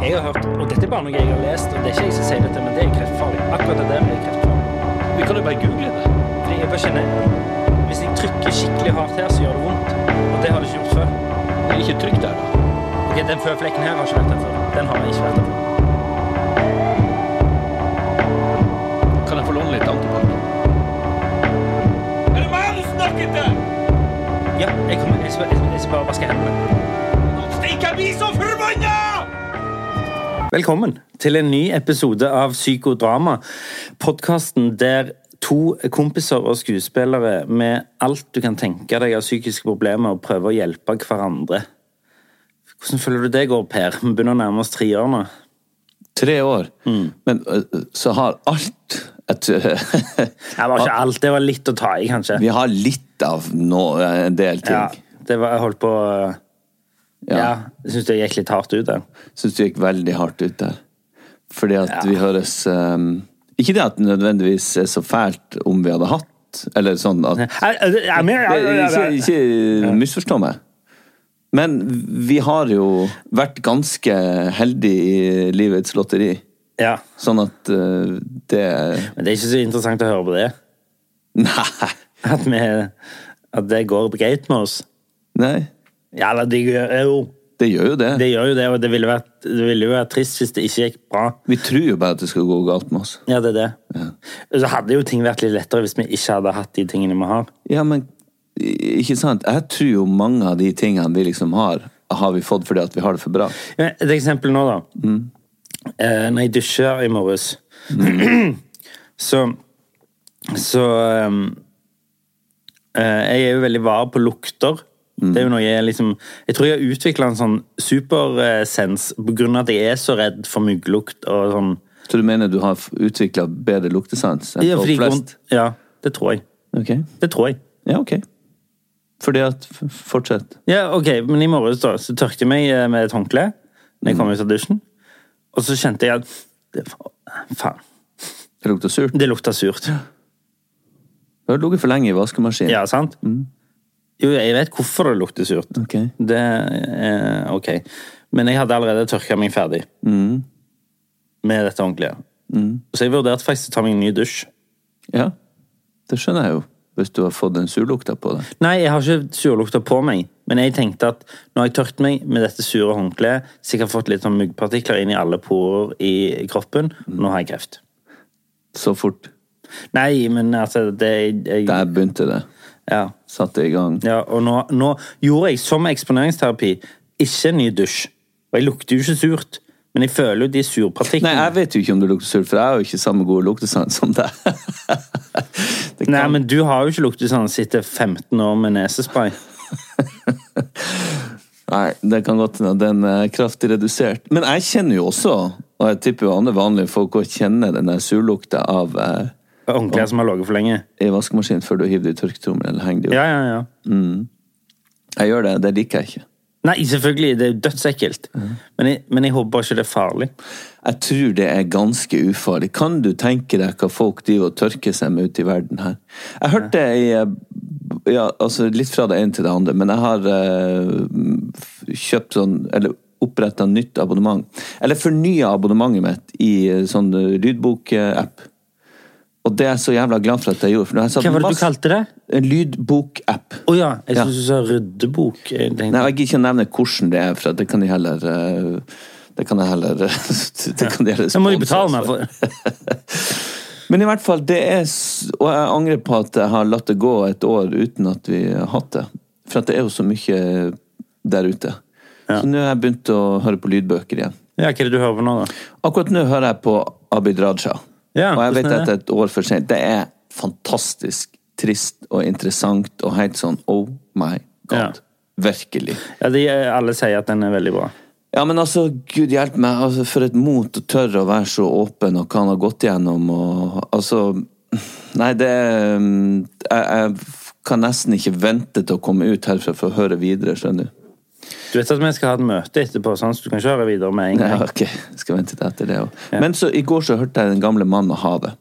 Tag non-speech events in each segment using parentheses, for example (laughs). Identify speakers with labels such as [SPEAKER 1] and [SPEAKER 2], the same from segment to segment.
[SPEAKER 1] Jeg har hørt, og dette er bare noe jeg har lest, og det er ikke jeg som sier dette, men det er kreftfarlig. Akkurat det der er kreftfarlig.
[SPEAKER 2] Vi kan jo bare google det.
[SPEAKER 1] Fordi jeg bare kjenner, hvis jeg trykker skikkelig hardt her, så gjør det vondt. Og det har det ikke gjort før.
[SPEAKER 2] Det er ikke trygt der, da.
[SPEAKER 1] Ok, den føflekken her har ikke vært der før. Den har jeg ikke vært der før.
[SPEAKER 2] Kan jeg få låne litt antibac? Er det meg du snakker til?
[SPEAKER 1] Ja, jeg kommer, jeg skal, jeg skal, jeg skal bare vaske hendene.
[SPEAKER 2] Stikk, jeg blir så forbanna!
[SPEAKER 1] Velkommen til en ny episode av Psykodrama. Podkasten der to kompiser og skuespillere med alt du kan tenke deg av psykiske problemer, og prøver å hjelpe hverandre. Hvordan føler du det går, Per? Vi begynner å nærme oss treårene.
[SPEAKER 3] tre år,
[SPEAKER 2] Mm.
[SPEAKER 3] men ø, ø, så har alt et, (laughs)
[SPEAKER 1] Det var ikke alt, det var litt å ta i, kanskje.
[SPEAKER 3] Vi har litt av nå, ø, en del ting.
[SPEAKER 1] Ja, det var, jeg holdt på å-
[SPEAKER 3] Ja.
[SPEAKER 1] Ja, jeg syns det gikk litt hardt ut der.
[SPEAKER 3] Syns det gikk veldig hardt ut der. Fordi at vi høres ø, Ikke det at det nødvendigvis er så fælt om vi hadde hatt, eller sånn at Ikke, ikke misforstå meg. Men vi har jo vært ganske heldige i livets lotteri.
[SPEAKER 1] Ja,
[SPEAKER 3] Sånn at ø, det (laughs)
[SPEAKER 1] Men det er ikke så interessant å høre på det.
[SPEAKER 3] Nei.
[SPEAKER 1] At, vi, at det går greit med oss.
[SPEAKER 3] Nei.
[SPEAKER 1] Ja, eller det gjør jo
[SPEAKER 3] Det gjør jo det.
[SPEAKER 1] Det gjør jo det, og det ville, vært, det ville jo vært trist hvis det ikke gikk bra.
[SPEAKER 3] Vi tror jo bare at det skal gå galt med oss.
[SPEAKER 1] Ja, det er det. Så hadde jo ting vært litt lettere hvis vi ikke hadde hatt de tingene vi har.
[SPEAKER 3] Ja, men i- ikke sant? Jeg tror jo mange av de tingene vi liksom har, har vi fått fordi at vi har det for bra.
[SPEAKER 1] Ja, Eh, Et eksempel nå, da. Eh, når jeg dusjer i morges, (clears throat) så Så ehm, eh, Jeg er jo veldig var på lukter. Det er jo noe jeg liksom Jeg tror jeg har utvikla en sånn supersens på grunn av at jeg er så redd for mygglukt og sånn.
[SPEAKER 3] Så du mener du har utvikla bedre luktesans enn
[SPEAKER 1] Ja,
[SPEAKER 3] folk
[SPEAKER 1] fordi-
[SPEAKER 3] flest?
[SPEAKER 1] ja, det tror jeg.
[SPEAKER 3] Ok.
[SPEAKER 1] Det tror jeg.
[SPEAKER 3] Ja, ok. Fordi at f- Fortsett.
[SPEAKER 1] Ja, ok, men i morges da, så tørkte jeg meg eh, med et håndkle når jeg kom ut av dusjen. Og så kjente jeg at det, Faen,
[SPEAKER 3] Det lukter surt.
[SPEAKER 1] det lukta surt.
[SPEAKER 3] Du har ligget for lenge i vaskemaskinen.
[SPEAKER 1] Ja, sant? Mm. Jo, jeg vet hvorfor det lukter surt.
[SPEAKER 3] Ok.
[SPEAKER 1] Det eh, Ok. Men jeg hadde allerede tørka meg ferdig Mm. med dette håndkleet. Så jeg vurderte faktisk å ta meg en ny dusj.
[SPEAKER 3] Ja. Det skjønner jeg jo, hvis du har fått den surlukta på deg.
[SPEAKER 1] Nei, jeg har ikke surlukta på meg, men jeg tenkte at nå har jeg tørt meg med dette sure håndkleet, sikkert fått litt sånn myggpartikler inn i alle porer i kroppen, nå har jeg kreft.
[SPEAKER 3] Så fort
[SPEAKER 1] Nei, men altså det, jeg,
[SPEAKER 3] der begynte det.
[SPEAKER 1] ja.
[SPEAKER 3] Satte i gang.
[SPEAKER 1] ja, og nå, nå gjorde jeg som eksponeringsterapi ikke en ny dusj. Og jeg lukter jo ikke surt, men jeg føler jo de
[SPEAKER 3] Nei,
[SPEAKER 1] surpartiklene.
[SPEAKER 3] jeg vet jo ikke om det lukter surt, for jeg har jo ikke samme gode luktesans som deg. (laughs) Det
[SPEAKER 1] Nei,
[SPEAKER 3] kan-
[SPEAKER 1] men du har jo ikke luktet sånn etter 15 år med nesespray.
[SPEAKER 3] Nei, det kan godt hende at den er kraftig redusert. Men jeg kjenner jo også, og jeg tipper jo andre vanlige folk også kjenner den der surlukta av eh,
[SPEAKER 1] Håndklær som har ligget for lenge.
[SPEAKER 3] i vaskemaskinen før du hiver det i tørketrommelen eller henger det opp.
[SPEAKER 1] Ja, ja, ja.
[SPEAKER 3] Jeg gjør det, det liker jeg ikke.
[SPEAKER 1] Nei, selvfølgelig, det er jo dødsekkelt.
[SPEAKER 3] Mhm.
[SPEAKER 1] Men, jeg, men jeg håper ikke det er farlig.
[SPEAKER 3] Jeg tror det er ganske ufarlig. Kan du tenke deg hva folk driver og tørker seg med ute i verden her? Jeg hørte i eh, ja, altså litt fra det ene til det andre, men jeg har eh, kjøpt sånn Eller oppretta nytt abonnement. Eller fornya abonnementet mitt i eh, sånn eh, lydbokapp. Og det er jeg så jævla glad for at jeg gjorde. For nå har jeg satt
[SPEAKER 1] Hva var det du
[SPEAKER 3] masse-
[SPEAKER 1] kalte det?
[SPEAKER 3] En lydbokapp.
[SPEAKER 1] Å ja, jeg
[SPEAKER 3] Ja.
[SPEAKER 1] syns du sa ryddebok. Jeg tenkte-
[SPEAKER 3] Nei, jeg gidder ikke å nevne hvordan det er, for det kan de heller eh, Det kan jeg heller (laughs) Det kan de heller
[SPEAKER 1] Det må de
[SPEAKER 3] sponse
[SPEAKER 1] betale
[SPEAKER 3] oss
[SPEAKER 1] meg
[SPEAKER 3] for.
[SPEAKER 1] for.
[SPEAKER 3] Men i hvert fall, det er s- Og jeg angrer på at jeg har latt det gå et år uten at vi har hatt det. For at det er jo så mye der ute. Så nå har jeg begynt å høre på lydbøker igjen.
[SPEAKER 1] Ja, Hva er det du hører på nå, da?
[SPEAKER 3] Akkurat nå hører jeg på Abid Raja.
[SPEAKER 1] Ja,
[SPEAKER 3] og jeg vet
[SPEAKER 1] hvordan er
[SPEAKER 3] at det er et år for sent. Det er fantastisk trist og interessant og helt sånn oh my
[SPEAKER 1] Ja.
[SPEAKER 3] god. Virkelig.
[SPEAKER 1] Ja, de, eh, Alle sier at den er veldig bra.
[SPEAKER 3] Ja, men altså, Gud hjelpe meg, altså, for et mot å tørre å være så åpen, og hva han har gått gjennom, og altså Nei, det er, mm, jeg, jeg kan nesten ikke vente til å komme ut herfra for å høre videre, skjønner du.
[SPEAKER 1] Du vet at vi skal ha et møte etterpå, sånn, så du kan kjøre videre med en
[SPEAKER 3] Ja,
[SPEAKER 1] gang.
[SPEAKER 3] ok, jeg skal vente til etter det òg. Men så, i går så hørte jeg Den gamle mannen og havet.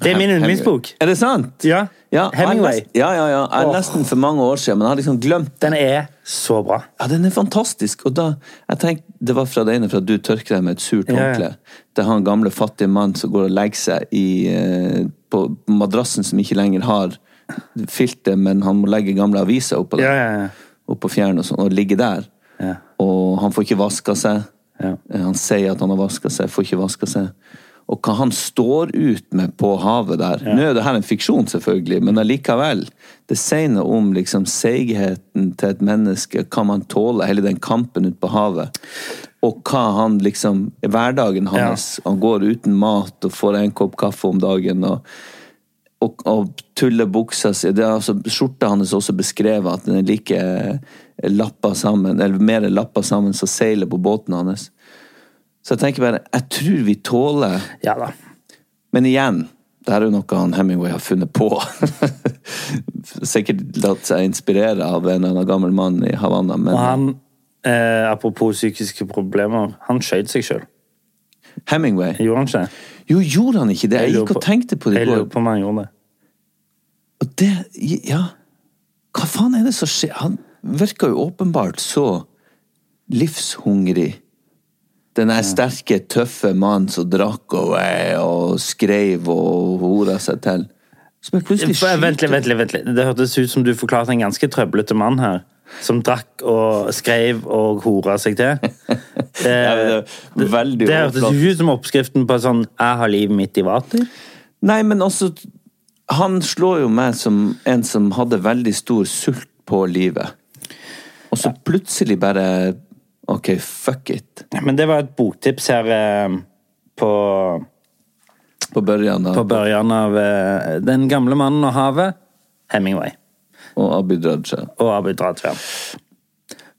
[SPEAKER 1] Det er min yndlingsbok.
[SPEAKER 3] Er det sant?
[SPEAKER 1] Ja.
[SPEAKER 3] Ja, jeg
[SPEAKER 1] Hemingway.
[SPEAKER 3] nest- Ja, ja, ja. Jeg
[SPEAKER 1] Åh.
[SPEAKER 3] Nesten for mange år siden, men jeg har liksom glemt
[SPEAKER 1] Den er så bra.
[SPEAKER 3] Ja, den er fantastisk. Og da, jeg tenkte, Det var fra det ene fra 'Du tørker deg med et surt
[SPEAKER 1] Ja, ja.
[SPEAKER 3] håndkle'. Det er han gamle fattige mannen som går og legger seg i, eh, på madrassen som ikke lenger har filter, men han må legge gamle aviser oppå
[SPEAKER 1] Ja,
[SPEAKER 3] der.
[SPEAKER 1] ja, ja.
[SPEAKER 3] Oppå fjæren og sånn, og ligge der.
[SPEAKER 1] Ja.
[SPEAKER 3] Og han får ikke vaska seg.
[SPEAKER 1] Ja.
[SPEAKER 3] Eh, Han sier at han har vaska seg, får ikke vaska seg. Og hva han står ut med på havet der Nå er det her en fiksjon, selvfølgelig, men allikevel. Det sier noe om liksom seigheten til et menneske, hva man tåler, hele den kampen ute på havet. Og hva han liksom Hverdagen hans. Han går uten mat og får en kopp kaffe om dagen. og og, og tullebuksa si det er altså, Skjorta hans er også beskrevet at den er like lappa sammen, eller mer lappa sammen som seilet på båten hans. Så jeg tenker bare Jeg tror vi tåler
[SPEAKER 1] Ja da.
[SPEAKER 3] Men igjen, det her er jo noe han Hemingway har funnet på. (laughs) Sikkert latt seg inspirere av en eller annen gammel mann i Havanna, men
[SPEAKER 1] Og han, eh, apropos psykiske problemer, han skjøt seg sjøl.
[SPEAKER 3] Hemingway
[SPEAKER 1] Gjorde han ikke?
[SPEAKER 3] Jo, gjorde han ikke det? Jeg
[SPEAKER 1] lurer
[SPEAKER 3] gikk og tenkte på det i
[SPEAKER 1] Jeg
[SPEAKER 3] går.
[SPEAKER 1] lurer på om han gjorde det.
[SPEAKER 3] Og det Ja. Hva faen er det som skjer? Han virker jo åpenbart så livshungrig. Den der sterke, tøffe mannen som drakk og, eh, og skrev og hora seg til. Som er plutselig
[SPEAKER 1] For- Vent litt,
[SPEAKER 3] skyter.
[SPEAKER 1] vent litt. vent litt. Det hørtes ut som du forklarte en ganske trøblete mann her. Som drakk og skrev og hora seg
[SPEAKER 3] (laughs)
[SPEAKER 1] til. Eh,
[SPEAKER 3] Ja, men det er veldig
[SPEAKER 1] Det hørtes
[SPEAKER 3] overflatt.
[SPEAKER 1] ikke ut som oppskriften på sånn 'jeg har livet mitt i vater'.
[SPEAKER 3] Nei, men også Han slår jo meg som en som hadde veldig stor sult på livet. Og så plutselig bare OK, fuck it.
[SPEAKER 1] Men det var et boktips her eh, på
[SPEAKER 3] På Børjan
[SPEAKER 1] på
[SPEAKER 3] og,
[SPEAKER 1] børjan av eh, Den gamle mannen og havet, Hemingway
[SPEAKER 3] og Abid Raja.
[SPEAKER 1] og Abid Raja.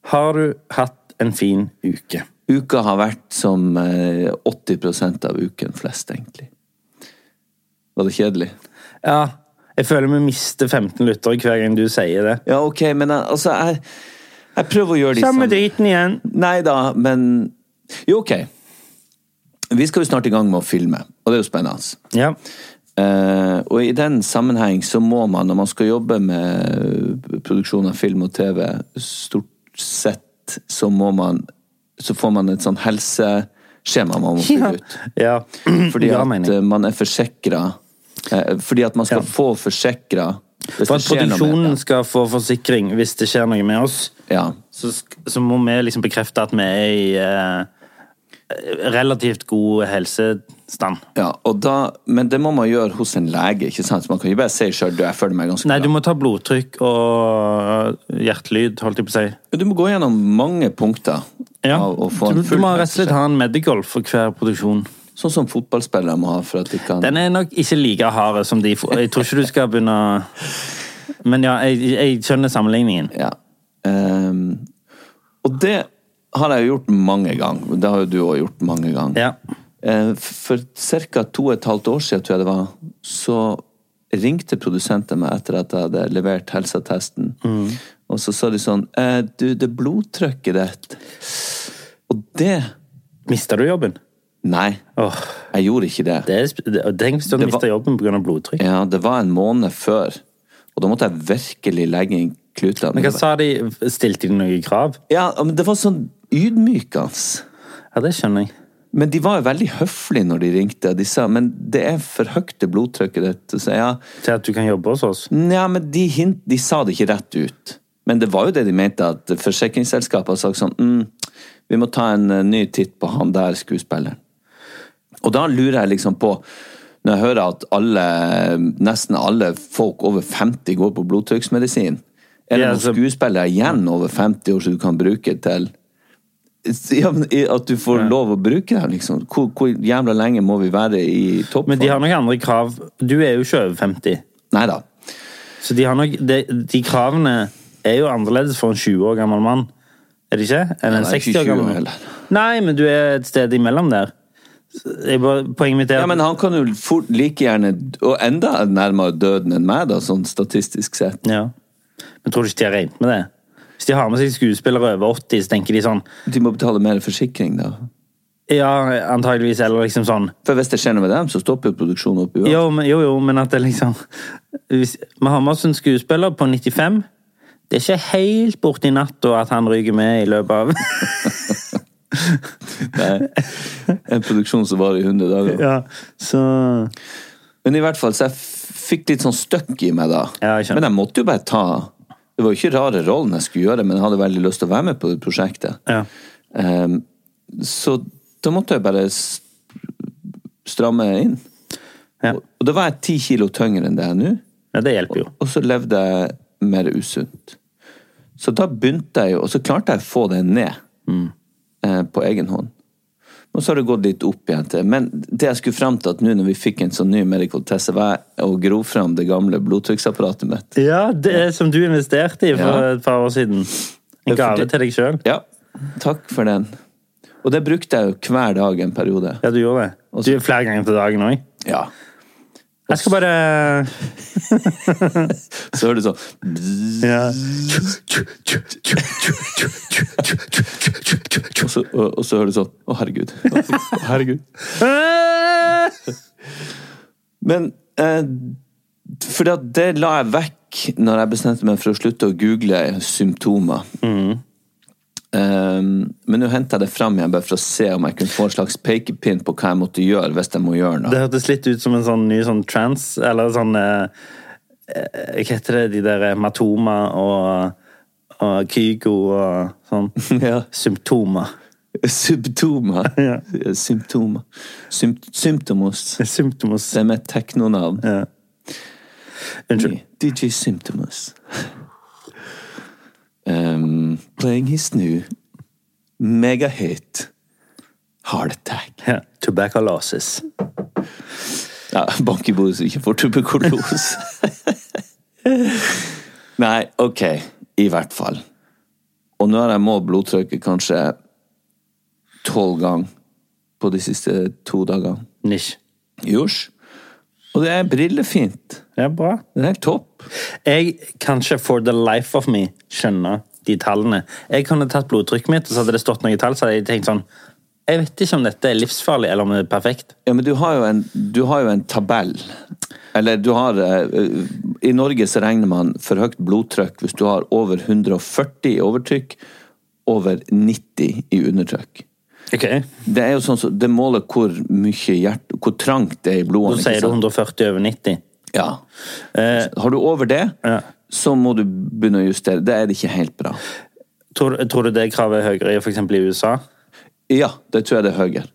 [SPEAKER 1] Har du hatt en fin uke?
[SPEAKER 3] Uka har vært som eh, 80 av uken flest, egentlig. Var det kjedelig?
[SPEAKER 1] Ja, jeg føler vi mister 15 lyttere hver gang du sier det.
[SPEAKER 3] Ja, OK, men jeg, altså jeg, jeg prøver å gjøre de
[SPEAKER 1] Samme driten igjen.
[SPEAKER 3] Nei da, men Jo, OK. Vi skal jo snart i gang med å filme, og det er jo spennende.
[SPEAKER 1] Ja.
[SPEAKER 3] Eh, og i den sammenheng så må man, når man skal jobbe med produksjon av film og TV, stort sett så må man Så får man et sånn helseskjema man må
[SPEAKER 1] Ja.
[SPEAKER 3] fylle ut.
[SPEAKER 1] ja.
[SPEAKER 3] (clears throat) Fordi
[SPEAKER 1] Ja,
[SPEAKER 3] at
[SPEAKER 1] mening.
[SPEAKER 3] eh, man er forsikra Fordi at man skal få forsikra
[SPEAKER 1] For at produksjonen skal få forsikring hvis det skjer noe med oss,
[SPEAKER 3] Ja.
[SPEAKER 1] så, sk- så må vi liksom bekrefte at vi er i eh, relativt god helsestand.
[SPEAKER 3] ja og da, men det må man gjøre hos en lege, ikke sant? Så man kan ikke bare si sjøl du, jeg føler meg ganske
[SPEAKER 1] Nei, du
[SPEAKER 3] bra.
[SPEAKER 1] må ta blodtrykk og eh, hjertelyd, holdt jeg på å si.
[SPEAKER 3] Du må gå gjennom mange punkter.
[SPEAKER 1] Ja.
[SPEAKER 3] Av, å få
[SPEAKER 1] du,
[SPEAKER 3] en
[SPEAKER 1] du
[SPEAKER 3] full
[SPEAKER 1] må rett og slett ha en medical for hver produksjon.
[SPEAKER 3] Sånn som fotballspillere må ha for at de kan
[SPEAKER 1] Den er nok ikke like hard som de får. Jeg tror ikke du skal begynne å- Men ja, jeg, jeg skjønner sammenligningen.
[SPEAKER 3] Ja. Ehm, og det har jeg jo gjort mange ganger. Det har jo du òg gjort mange ganger.
[SPEAKER 1] Ja.
[SPEAKER 3] Eh, for ca. to og et halvt år siden, tror jeg det var, så ringte produsenten meg etter at jeg hadde levert helseattesten.
[SPEAKER 1] Mm.
[SPEAKER 3] Og så sa de sånn eh, Du, det blodtrykket ditt Og det
[SPEAKER 1] Mister du jobben?
[SPEAKER 3] Nei,
[SPEAKER 1] Åh,
[SPEAKER 3] jeg gjorde ikke det.
[SPEAKER 1] det er, sp- det- og Tenk hvis du hadde
[SPEAKER 3] Det var-
[SPEAKER 1] mista jobben pga. blodtrykk.
[SPEAKER 3] Ja, det var en måned før. Og da måtte jeg virkelig legge inn klutene.
[SPEAKER 1] Men
[SPEAKER 3] Det
[SPEAKER 1] hva
[SPEAKER 3] var-
[SPEAKER 1] sa de? Stilte de noen krav?
[SPEAKER 3] Ja, men det var sånn ydmykende.
[SPEAKER 1] Ja, det skjønner jeg.
[SPEAKER 3] Men de var jo veldig høflige når de ringte. De sa men det er for høyt det blodtrykket ditt. Så ja,
[SPEAKER 1] Til at du kan jobbe hos oss.
[SPEAKER 3] ja, men de, hint, de sa det ikke rett ut. Men det var jo det de mente, at forsikringsselskapet har sagt sånn mm, Vi må ta en eh, ny titt på han der skuespilleren. Og da lurer jeg liksom på Når jeg hører at alle, nesten alle folk over 50 går på blodtrykksmedisin Er det
[SPEAKER 1] Ja, altså-
[SPEAKER 3] noen
[SPEAKER 1] så-
[SPEAKER 3] skuespillere igjen over 50 år som du kan bruke til ja, men i- At du får lov å bruke dem, liksom. Hvor, hvor jævla lenge må vi være i toppform?
[SPEAKER 1] Men de har nok andre krav. Du er jo ikke over 50.
[SPEAKER 3] Nei da.
[SPEAKER 1] Så de, har nok, de, de kravene er jo annerledes for en 20 år gammel mann. Er det ikke? Enn
[SPEAKER 3] Ja,
[SPEAKER 1] en
[SPEAKER 3] det er ikke
[SPEAKER 1] 60 år
[SPEAKER 3] 20
[SPEAKER 1] gammel
[SPEAKER 3] år
[SPEAKER 1] mann.
[SPEAKER 3] heller.
[SPEAKER 1] Nei, men du er et sted imellom der. Så Jeg bare, poenget mitt er
[SPEAKER 3] Ja, men han kan jo fort like gjerne Og enda nærmere døden enn meg, da, sånn statistisk sett.
[SPEAKER 1] ja. Men tror du ikke de har regnet med det? Hvis de har med seg skuespillere over 80, så tenker de sånn
[SPEAKER 3] De må betale mer forsikring, da.
[SPEAKER 1] Ja, antageligvis, eller liksom sånn
[SPEAKER 3] For hvis det skjer noe med dem, så stopper jo produksjonen opp uansett.
[SPEAKER 1] Jo, men, jo, jo, men at det liksom hvis, Vi har med oss en skuespiller på 95. Det er ikke helt borti natta at han ryker med i
[SPEAKER 3] (laughs)
[SPEAKER 1] løpet av
[SPEAKER 3] Nei. En produksjon som varer i 100 dager.
[SPEAKER 1] Ja, så
[SPEAKER 3] Men i hvert fall, så jeg f- fikk litt sånn støkk i meg da.
[SPEAKER 1] Ja, jeg skjønner.
[SPEAKER 3] men jeg måtte jo bare ta Det var jo ikke rare rollen jeg skulle gjøre, men jeg hadde veldig lyst til å være med på det prosjektet.
[SPEAKER 1] Ja.
[SPEAKER 3] Ehm, så da måtte jeg bare s- stramme inn.
[SPEAKER 1] Ja.
[SPEAKER 3] Og, og da var jeg ti kilo tyngre enn det jeg er nå.
[SPEAKER 1] ja, det hjelper jo.
[SPEAKER 3] Og så levde jeg mer usunt. Så da begynte jeg jo, og så klarte jeg å få det ned eh, på egen hånd. Og så har det gått litt opp igjen. til, Men det jeg skulle fram til at nå når vi fikk en sånn ny medical test, så var jeg å gro fram det gamle blodtrykksapparatet mitt.
[SPEAKER 1] Ja, det er som du investerte i for
[SPEAKER 3] Ja.
[SPEAKER 1] et par år siden. En gave
[SPEAKER 3] Fordi-
[SPEAKER 1] til deg sjøl.
[SPEAKER 3] Ja, takk for den. Og det brukte jeg jo hver dag en periode.
[SPEAKER 1] Ja, du gjorde det. Du gjør flere ganger til dagen òg.
[SPEAKER 3] Ja.
[SPEAKER 1] Jeg skal bare
[SPEAKER 3] Så hører du sånn
[SPEAKER 1] (laughs) ja.
[SPEAKER 3] Og så, og, og så hører du sånn Å, herregud. Å, herregud. Men eh, For det, at det la jeg vekk når jeg bestemte meg for å slutte å google symptomer. Eh, men nå henter jeg det fram igjen bare for å se om jeg kunne få en slags pekepinn på hva jeg måtte gjøre hvis jeg må gjøre noe.
[SPEAKER 1] Det hørtes litt ut som en sånn ny sånn trans Eller sånn eh, eh, Hva heter det? De der Matoma og, og Kygo og sånn.
[SPEAKER 3] (laughs) Ja.
[SPEAKER 1] Symptomer.
[SPEAKER 3] Symptomer. Symptomer. Sympt symptomos.
[SPEAKER 1] Symptomos.
[SPEAKER 3] Det er med teknonavn.
[SPEAKER 1] Ja. Unnskyld.
[SPEAKER 3] DJ Symptomus. Um, playing his new megahit heart attack.
[SPEAKER 1] Ja. Tuberculosis.
[SPEAKER 3] Ja, bank i bordet så vi ikke får tuberkulose. Nei, ok. I hvert fall. Og nå har jeg målt blodtrykket kanskje tolv ganger på de siste to dagene.
[SPEAKER 1] Nisj.
[SPEAKER 3] Jors. Og det er brillefint.
[SPEAKER 1] Ja, bra.
[SPEAKER 3] Det er helt topp.
[SPEAKER 1] Jeg kan ikke for the life of me skjønne de tallene. Jeg kunne tatt blodtrykket mitt, og så hadde det stått noen tall, så hadde jeg tenkt sånn Jeg vet ikke om dette er livsfarlig, eller om det er perfekt.
[SPEAKER 3] Ja, men du har jo en, du har jo en tabell. Eller du har eh, I Norge så regner man for høyt blodtrykk hvis du har over 140 i overtrykk, over 90 i undertrykk.
[SPEAKER 1] Ok.
[SPEAKER 3] Det er jo sånn som, det måler hvor mye hjert, hvor trangt det er i
[SPEAKER 1] Da
[SPEAKER 3] blodet.
[SPEAKER 1] sier du 140 over Eh, 90.
[SPEAKER 3] Ja. har du over det,
[SPEAKER 1] ja.
[SPEAKER 3] så må du begynne å justere. Da er det ikke helt bra.
[SPEAKER 1] Tror, tror du det kravet er høyere i for eksempel i USA?
[SPEAKER 3] Ja, det tror jeg det er høyere.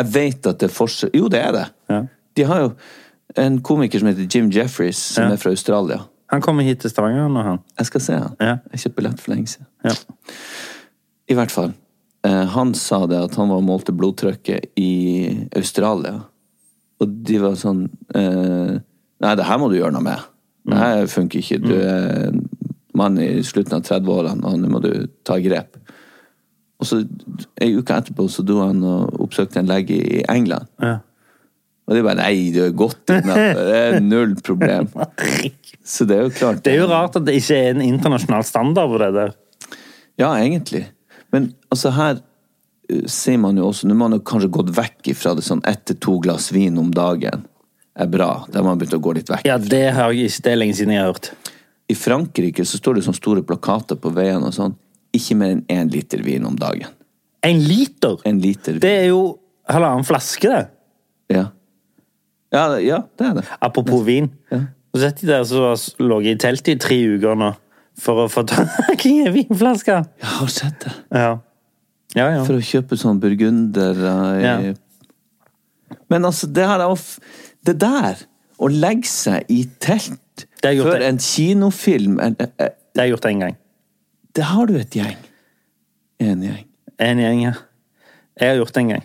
[SPEAKER 3] Jeg vet at det er forskjell Jo, det er det.
[SPEAKER 1] Ja.
[SPEAKER 3] De har jo en komiker som heter Jim Jeffries, som er fra Australia.
[SPEAKER 1] Han kommer hit til Stavanger nå, han.
[SPEAKER 3] Jeg skal se han.
[SPEAKER 1] Ja.
[SPEAKER 3] Jeg kjøpte billett for lenge siden.
[SPEAKER 1] Ja.
[SPEAKER 3] I hvert fall. Eh, han sa det at han var og målte blodtrykket i Australia. Og de var sånn eh, Nei, det her må du gjøre noe med. Det her
[SPEAKER 1] Mm.
[SPEAKER 3] funker ikke. Du er en mann i slutten av 30-årene, og nå må du ta grep. Og så Ei uke etterpå så dro han og oppsøkte en lege i England.
[SPEAKER 1] Ja.
[SPEAKER 3] Og de bare Nei, du er godt innafor. altså. Det er null
[SPEAKER 1] (laughs)
[SPEAKER 3] problem. Så det er jo klart.
[SPEAKER 1] Det er jo rart at det ikke er en internasjonal standard på det der.
[SPEAKER 3] Ja, egentlig. Men altså her eh, sier man jo også Nå har man jo kanskje gått vekk ifra det sånn ett til to glass vin om dagen er bra. Da har man begynt å gå litt vekk.
[SPEAKER 1] Ja, det, har jeg ikke, det er lenge siden jeg har hørt.
[SPEAKER 3] I Frankrike så står det sånne store plakater på veiene og sånn ikke mer enn én liter vin om dagen.
[SPEAKER 1] En liter?
[SPEAKER 3] En liter vin.
[SPEAKER 1] Det er jo halvannen flaske, det.
[SPEAKER 3] Ja. Ja, det- ja, det er det.
[SPEAKER 1] Apropos vin. Så satt de der som har ligget i teltet i tre uker nå for å få (laughs) tak i en vinflaske.
[SPEAKER 3] Jeg har sett det.
[SPEAKER 1] Ja. Ja, ja.
[SPEAKER 3] For å kjøpe sånn burgunder eh,
[SPEAKER 1] Ja.
[SPEAKER 3] Men altså, det her er å f- Det der! Å legge seg i telt
[SPEAKER 1] Det har jeg gjort
[SPEAKER 3] før
[SPEAKER 1] det.
[SPEAKER 3] en kinofilm en- eh,
[SPEAKER 1] Det har jeg gjort én gang.
[SPEAKER 3] Det har du et gjeng. En gjeng.
[SPEAKER 1] En gjeng, ja. Jeg har gjort det en gang.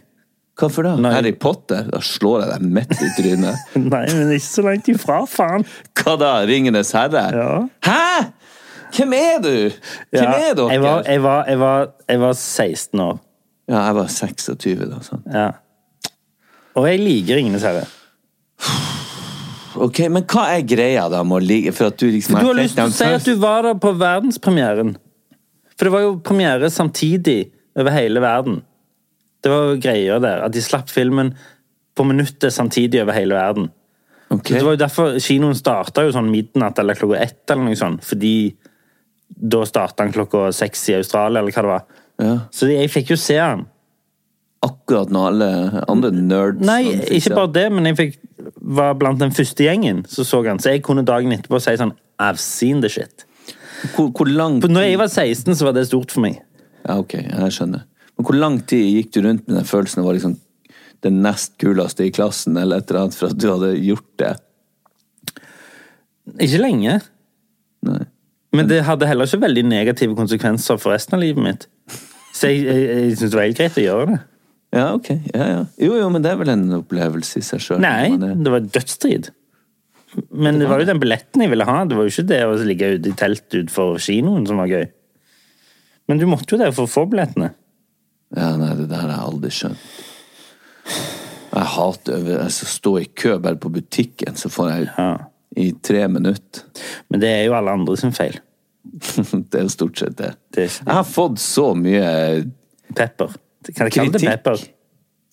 [SPEAKER 3] Hvorfor da?
[SPEAKER 1] Nei.
[SPEAKER 3] Harry Potter? Da slår jeg deg midt i trynet.
[SPEAKER 1] (laughs) Nei, men ikke så langt ifra, faen.
[SPEAKER 3] (laughs) Hva da? Ringenes herre?
[SPEAKER 1] Ja.
[SPEAKER 3] Hæ?! Hvem er du?!
[SPEAKER 1] Ja,
[SPEAKER 3] Hvem er dere?!
[SPEAKER 1] Jeg var, jeg, var, jeg, var, jeg var 16 år.
[SPEAKER 3] Ja, jeg var 26 da. Sånn.
[SPEAKER 1] Ja. Og jeg liker Ringenes herre.
[SPEAKER 3] Ok, Men hva er greia da med å ligge For at du liksom
[SPEAKER 1] Du har
[SPEAKER 3] sett
[SPEAKER 1] lyst til
[SPEAKER 3] dem
[SPEAKER 1] å si
[SPEAKER 3] først?
[SPEAKER 1] at du var der på verdenspremieren. For det var jo premiere samtidig over hele verden. Det var jo greia der, at de slapp filmen på minuttet samtidig over hele verden.
[SPEAKER 3] Ok.
[SPEAKER 1] Det var jo derfor Kinoen starta jo sånn midnatt eller klokka ett, eller noe sånt, fordi da starta han klokka seks i Australia, eller hva det var. Så jeg fikk jo se han.
[SPEAKER 3] Akkurat når alle andre nerds
[SPEAKER 1] Nei,
[SPEAKER 3] sånn, fikk
[SPEAKER 1] ikke
[SPEAKER 3] det.
[SPEAKER 1] bare det, men jeg fikk, var blant den første gjengen som så han. Så jeg kunne dagen etterpå si sånn I've seen the shit.
[SPEAKER 3] Hvor, hvor lang
[SPEAKER 1] For når jeg var 16, så var det stort for meg.
[SPEAKER 3] Ja, ok, jeg skjønner. Men hvor lang tid gikk du rundt med den følelsen av å være liksom den nest kuleste i klassen, eller et eller annet, for at du hadde gjort det?
[SPEAKER 1] Ikke lenge.
[SPEAKER 3] Nei.
[SPEAKER 1] Men det hadde heller ikke veldig negative konsekvenser for resten av livet mitt. Så jeg, jeg, jeg synes det var helt greit å gjøre det.
[SPEAKER 3] Ja, ok. Ja, ja. Jo, jo, men det er vel en opplevelse i seg sjøl.
[SPEAKER 1] Nei, det var dødsstrid. Men det var jo den billetten jeg ville ha. Det var jo ikke det å ligge ute i telt utenfor kinoen som var gøy. Men du måtte jo det for å få billettene.
[SPEAKER 3] Ja, nei, det der har jeg aldri skjønt. Jeg hater over- altså, å stå i kø bare på butikken, så får jeg i tre minutter. (laughs)
[SPEAKER 1] Men det er jo alle andre sin feil.
[SPEAKER 3] det er jo stort sett det.
[SPEAKER 1] Det er-
[SPEAKER 3] Jeg har fått så mye
[SPEAKER 1] Pepper. Kan jeg kalle det
[SPEAKER 3] Kritikk.
[SPEAKER 1] pepper?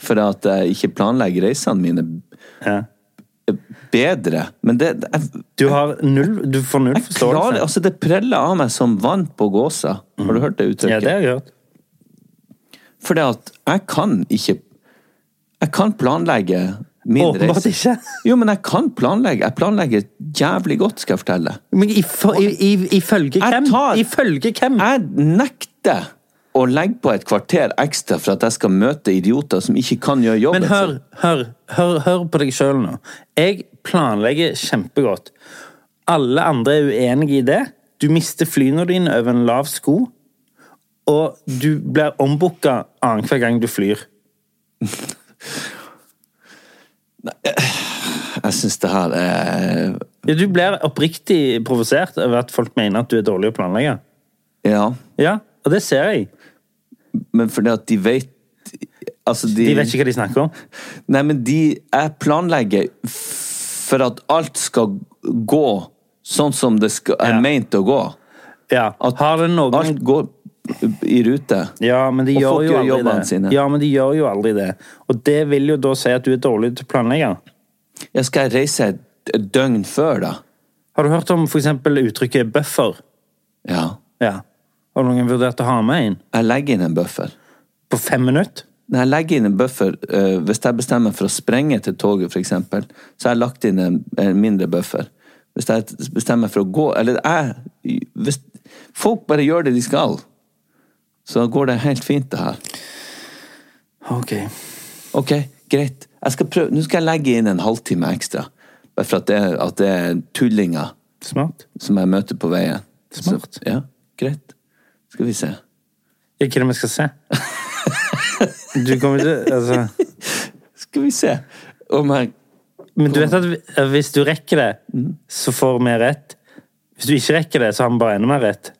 [SPEAKER 3] for at jeg ikke planlegger reisene mine
[SPEAKER 1] Ja.
[SPEAKER 3] bedre. Men det, det- jeg,
[SPEAKER 1] Du, har null, du får null
[SPEAKER 3] jeg klarer,
[SPEAKER 1] forståelse.
[SPEAKER 3] altså det preller av meg som vann på gåsa. Har du hørt det
[SPEAKER 1] Mm. Ja, det har
[SPEAKER 3] uttrykket?
[SPEAKER 1] jeg hørt.
[SPEAKER 3] Fordi at jeg kan ikke Jeg kan planlegge min
[SPEAKER 1] Åpenbart
[SPEAKER 3] reise.
[SPEAKER 1] ikke.
[SPEAKER 3] (laughs) Jo, men jeg kan planlegge. Jeg planlegger jævlig godt, skal jeg fortelle.
[SPEAKER 1] Men ifo- i- i- ifølge
[SPEAKER 3] Jeg
[SPEAKER 1] hvem?
[SPEAKER 3] tar-
[SPEAKER 1] Ifølge hvem?
[SPEAKER 3] Jeg nekter å legge på et kvarter ekstra for at jeg skal møte idioter som ikke kan gjøre jobben
[SPEAKER 1] Men hør,
[SPEAKER 3] sin.
[SPEAKER 1] hør, hør, hør på deg sjøl nå. Jeg planlegger kjempegodt. Alle andre er uenige i det. Du mister flyene dine over en lav sko. Og du blir ombooka annenhver gang du flyr.
[SPEAKER 3] Jeg syns det her er
[SPEAKER 1] Ja, Du blir oppriktig provosert over at folk mener at du er dårlig å planlegge.
[SPEAKER 3] Ja.
[SPEAKER 1] Ja, og det ser jeg.
[SPEAKER 3] Men fordi at de vet Altså, de,
[SPEAKER 1] De vet ikke hva de snakker om.
[SPEAKER 3] Nei, men de Jeg planlegger f- for at alt skal gå sånn som det skal, er
[SPEAKER 1] Ja.
[SPEAKER 3] meint å gå.
[SPEAKER 1] Ja,
[SPEAKER 3] At
[SPEAKER 1] har det noen...
[SPEAKER 3] alt går i rute.
[SPEAKER 1] Ja, men de
[SPEAKER 3] Og
[SPEAKER 1] gjør
[SPEAKER 3] folk
[SPEAKER 1] jo
[SPEAKER 3] gjør
[SPEAKER 1] aldri
[SPEAKER 3] jobbene
[SPEAKER 1] det.
[SPEAKER 3] sine.
[SPEAKER 1] Ja, men de gjør jo aldri det. Og det vil jo da si at du er dårlig til å planlegge.
[SPEAKER 3] Ja, skal jeg reise et- et døgn før, da?
[SPEAKER 1] Har du hørt om for eksempel uttrykket buffer?
[SPEAKER 3] Ja.
[SPEAKER 1] Ja. Har noen vurdert å ha med en?
[SPEAKER 3] Jeg legger inn en buffer.
[SPEAKER 1] På fem minutter?
[SPEAKER 3] Når jeg legger inn en buffer, eh, hvis jeg bestemmer meg for å sprenge til toget, for eksempel, så har jeg lagt inn en, en mindre buffer. Hvis jeg bestemmer meg for å gå Eller jeg hvis, Folk bare gjør det de skal. Så går det helt fint, det her.
[SPEAKER 1] Ok.
[SPEAKER 3] Ok, greit. Jeg skal prøve. Nå skal jeg legge inn en halvtime ekstra. Bare for at det, er- at det er tullinger
[SPEAKER 1] Smart.
[SPEAKER 3] som jeg møter på veien.
[SPEAKER 1] Smart.
[SPEAKER 3] Så, ja, greit. Skal vi se.
[SPEAKER 1] Ja, Hva er det vi skal se? Du kommer til Altså
[SPEAKER 3] Skal vi se om jeg
[SPEAKER 1] Men du vet at vi- hvis du rekker det, så får vi rett. Hvis du ikke rekker det, så har vi bare enda mer rett.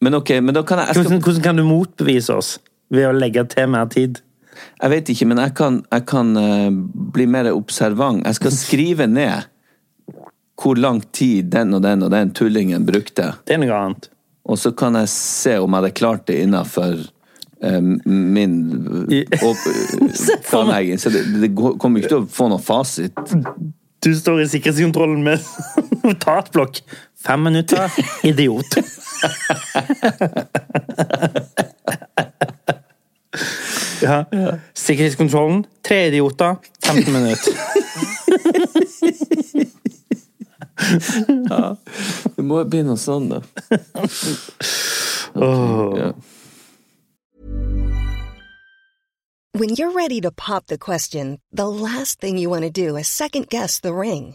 [SPEAKER 3] Men ok, men da kan jeg, jeg skal
[SPEAKER 1] Hvordan, hvordan kan du motbevise oss ved å legge til mer tid?
[SPEAKER 3] Jeg vet ikke, men jeg kan, jeg kan eh, bli mer observant. Jeg skal skrive ned hvor lang tid den og den og den tullingen brukte.
[SPEAKER 1] Det er noe annet.
[SPEAKER 3] Og så kan jeg se om jeg hadde klart det innafor min
[SPEAKER 1] I-
[SPEAKER 3] eh, (laughs) opp- eh, planlegging. Så det, det går- kommer ikke til å få noen fasit.
[SPEAKER 1] (laughs) Du står i sikkerhetskontrollen med notatblokk. Fem minutter idiot. (laughs) ja. Sikkerhetskontrollen tre idioter, 15 minutter.
[SPEAKER 3] Det må jo begynne sånn, (laughs) da. Ja.
[SPEAKER 4] When you're ready to pop the question, the last thing you want to do is second guess the ring.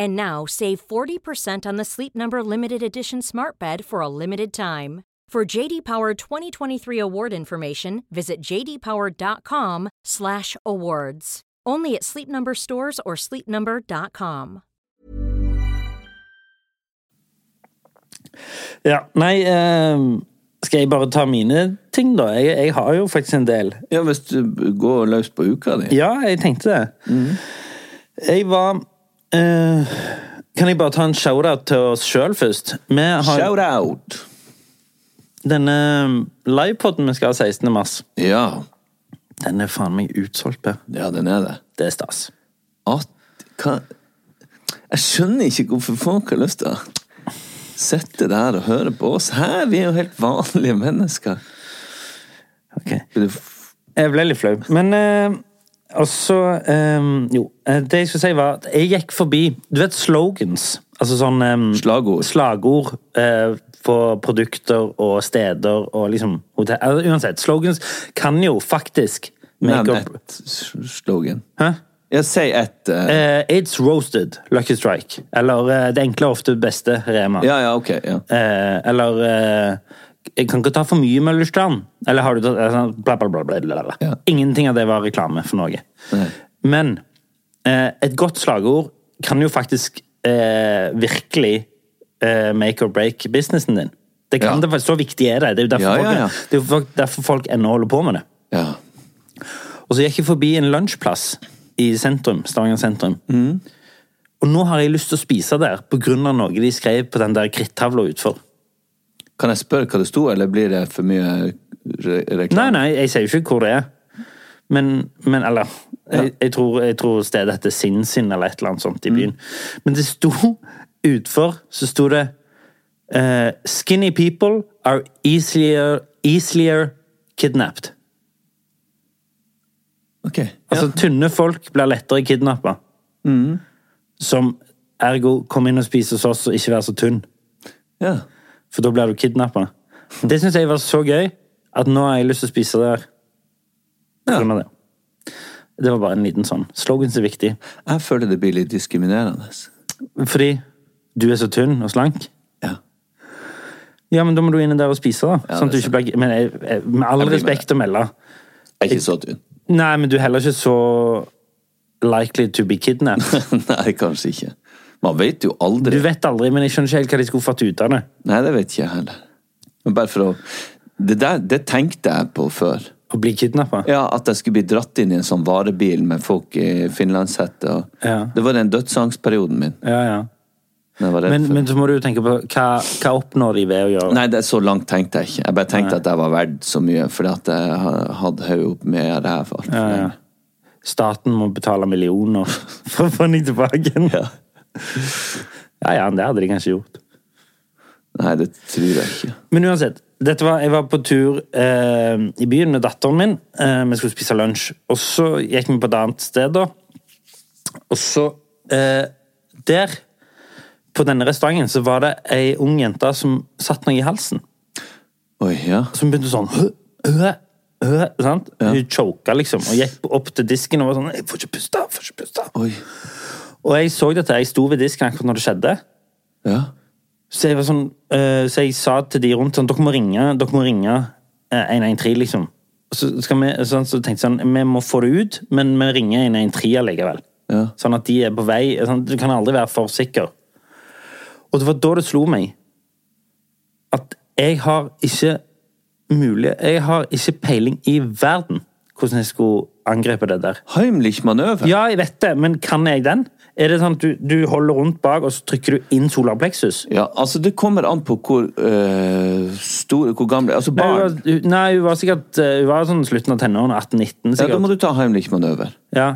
[SPEAKER 5] And now save 40% on the Sleep Number limited edition smart bed for a limited time. For JD Power 2023 award information, visit jdpower.com/awards. Only at Sleep Number stores or sleepnumber.com.
[SPEAKER 1] (laughs) Ja, nei ehm, Skal jeg bare ta mine ting, da? Jeg, jeg har jo faktisk en del.
[SPEAKER 3] ja, hvis du går løs på uka di.
[SPEAKER 1] Ja, jeg tenkte det. Jeg var eh, Kan jeg bare ta en shout-out til oss sjøl først? Vi har
[SPEAKER 3] Shout-out!
[SPEAKER 1] denne livepoden vi skal ha 16. mars.
[SPEAKER 3] Ja.
[SPEAKER 1] Den er faen meg utsolgt, Per.
[SPEAKER 3] ja, den er det.
[SPEAKER 1] Det er stas.
[SPEAKER 3] At, hva, jeg skjønner ikke hvorfor folk har lyst til å sitte der og høre på oss. Hæ? Vi er jo helt vanlige mennesker.
[SPEAKER 1] Ok.
[SPEAKER 3] Blir du f-
[SPEAKER 1] Jeg ble litt flau. Men eh, også eh, Jo, eh, det jeg skulle si, var at jeg gikk forbi Du vet slogans? Altså sånn eh,
[SPEAKER 3] Slagord.
[SPEAKER 1] Slagord eh, for produkter og steder og liksom hotell eh, Uansett, slogans kan jo faktisk
[SPEAKER 3] Nevn
[SPEAKER 1] make up
[SPEAKER 3] ett s- slogan.
[SPEAKER 1] Hæ?
[SPEAKER 3] Ja, si ett. eh.
[SPEAKER 1] Eh, it's roasted. Lucky strike. Eller eh, det enkle er ofte det beste. Rema.
[SPEAKER 3] Ja, ja, ok. Ja.
[SPEAKER 1] Eh, eller eh, Jeg kan ikke ta for mye Møllerstrand. Eller har du tatt eh, sånn, bla, bla, bla, bla, bla, bla.
[SPEAKER 3] Ja.
[SPEAKER 1] Ingenting av det var reklame for noe.
[SPEAKER 3] Nei.
[SPEAKER 1] Men eh, et godt slagord kan jo faktisk eh, virkelig eh, make or break businessen din. Det kan
[SPEAKER 3] Ja.
[SPEAKER 1] det faktisk, Så viktig er det. Det er jo derfor,
[SPEAKER 3] Ja, ja, ja.
[SPEAKER 1] Folk, det er jo folk- derfor folk ennå holder på med det.
[SPEAKER 3] Ja.
[SPEAKER 1] Og så gikk jeg forbi en lunsjplass i sentrum, Stavanger sentrum.
[SPEAKER 3] Mm.
[SPEAKER 1] Og nå har jeg lyst til å spise der på grunn av noe de skrev på den der krittavla utfor.
[SPEAKER 3] Kan jeg spørre hva det sto, eller blir det for mye re
[SPEAKER 1] Nei,
[SPEAKER 3] reklame?
[SPEAKER 1] nei, jeg sier jo ikke hvor det er. Men, men eller jeg, jeg, tror, jeg tror stedet heter Sinnsinn eller et eller annet sånt i byen. Men det sto utfor, så sto det eh, Skinny people are easier, easier kidnapped.
[SPEAKER 3] Ok. Ja.
[SPEAKER 1] Altså, tynne folk blir lettere kidnappa. Som ergo kom inn og spis hos oss og ikke vær så tynn,
[SPEAKER 3] ja.
[SPEAKER 1] for da blir du kidnappa. Det syns jeg var så gøy at nå har jeg lyst til å spise der. På grunn av Det. det var bare en liten sånn. Slogans er viktig.
[SPEAKER 3] Jeg føler det blir litt diskriminerende.
[SPEAKER 1] Fordi du er så tynn og slank.
[SPEAKER 3] Ja.
[SPEAKER 1] Ja, men da må du inn der og spise, da.
[SPEAKER 3] Ja,
[SPEAKER 1] sånn at du
[SPEAKER 3] det
[SPEAKER 1] ikke blir, men jeg, jeg, med all
[SPEAKER 3] Jeg blir med
[SPEAKER 1] respekt å melde
[SPEAKER 3] (laughs) Jeg er ikke så tynn.
[SPEAKER 1] Nei, men du er heller ikke så likely to be
[SPEAKER 3] (laughs)
[SPEAKER 1] kidnapped.
[SPEAKER 3] Nei, kanskje ikke. Man vet jo aldri.
[SPEAKER 1] Du vet aldri, men jeg skjønner ikke helt hva de skulle fått ut av det.
[SPEAKER 3] Nei, det vet ikke jeg heller. Men bare for å Det der, det tenkte jeg på før.
[SPEAKER 1] Å bli kidnappa.
[SPEAKER 3] Ja, At jeg skulle bli dratt inn i en sånn varebil med folk i finlandshette. og-
[SPEAKER 1] Ja.
[SPEAKER 3] Det var den dødsangstperioden min.
[SPEAKER 1] Ja, ja.
[SPEAKER 3] Jeg var redd
[SPEAKER 1] Men,
[SPEAKER 3] for.
[SPEAKER 1] men så må du jo tenke på hva, hva oppnår de ved å gjøre det?
[SPEAKER 3] Nei, det er så langt tenkte jeg ikke. Jeg bare tenkte at jeg var verdt så mye, fordi at jeg ha- hadde hodet opp med ræv altfor
[SPEAKER 1] Ja, ja.
[SPEAKER 3] lenge.
[SPEAKER 1] Staten må betale millioner for å få den tilbake igjen. Ja. ja, det hadde de kanskje gjort.
[SPEAKER 3] Nei, det tror jeg ikke.
[SPEAKER 1] Men uansett, dette var, jeg var på tur eh, i byen med datteren min. Eh, vi skulle spise lunsj. Og så gikk vi på et annet sted, da. Og så eh, Der, på denne restauranten, så var det ei ung jente som satt noe i halsen.
[SPEAKER 3] Oi, ja.
[SPEAKER 1] Som begynte sånn hø, hø, hø, sant? Hun choka, liksom. Og gikk opp til disken og var sånn 'Jeg får ikke puste, jeg får ikke puste'.
[SPEAKER 3] Oi.
[SPEAKER 1] Og jeg så dette, jeg sto ved disken akkurat når det skjedde.
[SPEAKER 3] Ja.
[SPEAKER 1] Så jeg, var sånn, eh, så jeg sa til de rundt sånn, dere må ringe, dere må ringe eh, 113, liksom. Så, skal vi, sånn, så tenkte jeg sånn, vi må få det ut, men vi ringer 113 allikevel.
[SPEAKER 3] Ja.
[SPEAKER 1] Sånn at de er på vei. Sånn, du kan aldri være for sikker. Og det var da det slo meg at jeg har ikke mulig Jeg har ikke peiling i verden hvordan jeg skulle angrepe det der.
[SPEAKER 3] Heimlich-manøver.
[SPEAKER 1] Ja, jeg vet det, men kan jeg den? Er det sånn at du, du holder rundt bak, og så trykker du inn solar plexus?
[SPEAKER 3] Ja, altså Det kommer an på hvor øh, store, hvor gamle Altså
[SPEAKER 1] Nei, hun
[SPEAKER 3] barn.
[SPEAKER 1] var, hun- nei, hun var sikkert eh, Hun var sånn slutten av tenårene, 18-19
[SPEAKER 3] Ja, Da må
[SPEAKER 1] sikkert.
[SPEAKER 3] du ta Heimlich-manøver.
[SPEAKER 1] Ja,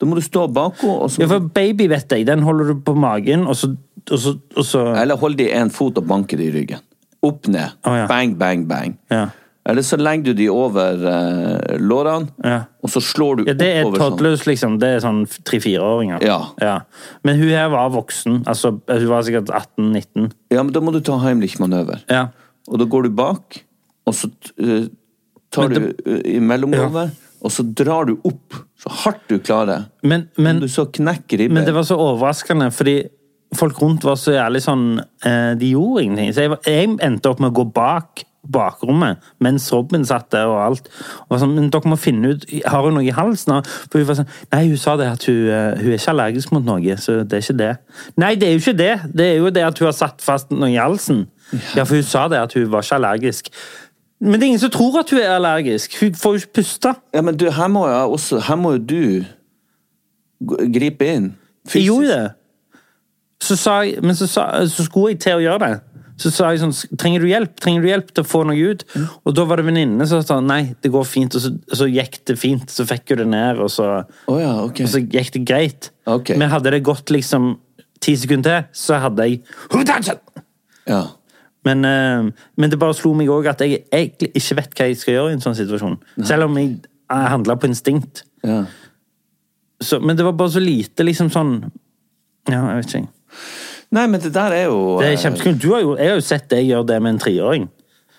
[SPEAKER 3] Da må du stå bak henne, og så
[SPEAKER 1] ja,
[SPEAKER 3] må
[SPEAKER 1] for baby vet jeg, den holder du på magen, og så, og så, og så
[SPEAKER 3] du- Eller hold de én fot og banke de i ryggen. Opp ned.
[SPEAKER 1] Å, ja.
[SPEAKER 3] Bang, bang, bang.
[SPEAKER 1] Ja.
[SPEAKER 3] Eller så legger du de over eh, lårene,
[SPEAKER 1] Ja.
[SPEAKER 3] og så slår du
[SPEAKER 1] Ja, det er
[SPEAKER 3] oppover sånn.
[SPEAKER 1] toddlers, liksom. Det er sånn tre-fireåringer.
[SPEAKER 3] Ja.
[SPEAKER 1] Men hun her var voksen. Altså, hun var sikkert 18-19.
[SPEAKER 3] Ja, men da må du ta Heimlich-manøver.
[SPEAKER 1] Ja.
[SPEAKER 3] Og da går du bak, og så eh, tar
[SPEAKER 1] Men
[SPEAKER 3] du eh, i mellomgulvet, og så drar du opp så hardt du klarer.
[SPEAKER 1] Men,
[SPEAKER 3] Om
[SPEAKER 1] men,
[SPEAKER 3] du så knekker ribben
[SPEAKER 1] men det var så overraskende, fordi folk rundt var så jævlig sånn eh, De gjorde ingenting. Så jeg, var, jeg endte opp med å gå bak bakrommet mens Robin satt der og alt. Og var sånn, men dere må finne ut Har hun noe i halsen? For hun var sånn Nei, hun sa det at hun, eh, hun er ikke allergisk mot noe, så det er ikke det. Nei, det er jo ikke det! Det er jo det at hun har satt fast noe i halsen. Ja, for hun sa det at hun var ikke allergisk. Men det er ingen som tror at hun er allergisk. Hun får jo ikke puste.
[SPEAKER 3] Ja, men du, her må jeg også Her må jo du g- gripe inn.
[SPEAKER 1] Jeg gjorde det. Så sa jeg, men så, sa, så skulle jeg til å gjøre det. Så sa jeg sånn Trenger du hjelp? Trenger du hjelp til å få noe ut? Og da var det venninnene som sa nei, det går fint. Og så, så gikk det fint. Så fikk hun det ned, og så,
[SPEAKER 3] Å ja, ok.
[SPEAKER 1] og så gikk det greit.
[SPEAKER 3] Ok.
[SPEAKER 1] Men hadde det gått liksom ti sekunder til, så hadde jeg
[SPEAKER 3] Ja.
[SPEAKER 1] men, eh, men det bare slo meg òg at jeg egentlig ikke vet hva jeg skal gjøre i en sånn situasjon. Selv om jeg handla på instinkt.
[SPEAKER 3] ja.
[SPEAKER 1] Så, men det var bare så lite liksom sånn Ja, jeg vet ikke. jeg.
[SPEAKER 3] Nei, men det der er jo
[SPEAKER 1] Det er
[SPEAKER 3] eh,
[SPEAKER 1] kjempeskummelt. Du har jo, jeg har jo sett deg gjøre det med en treåring.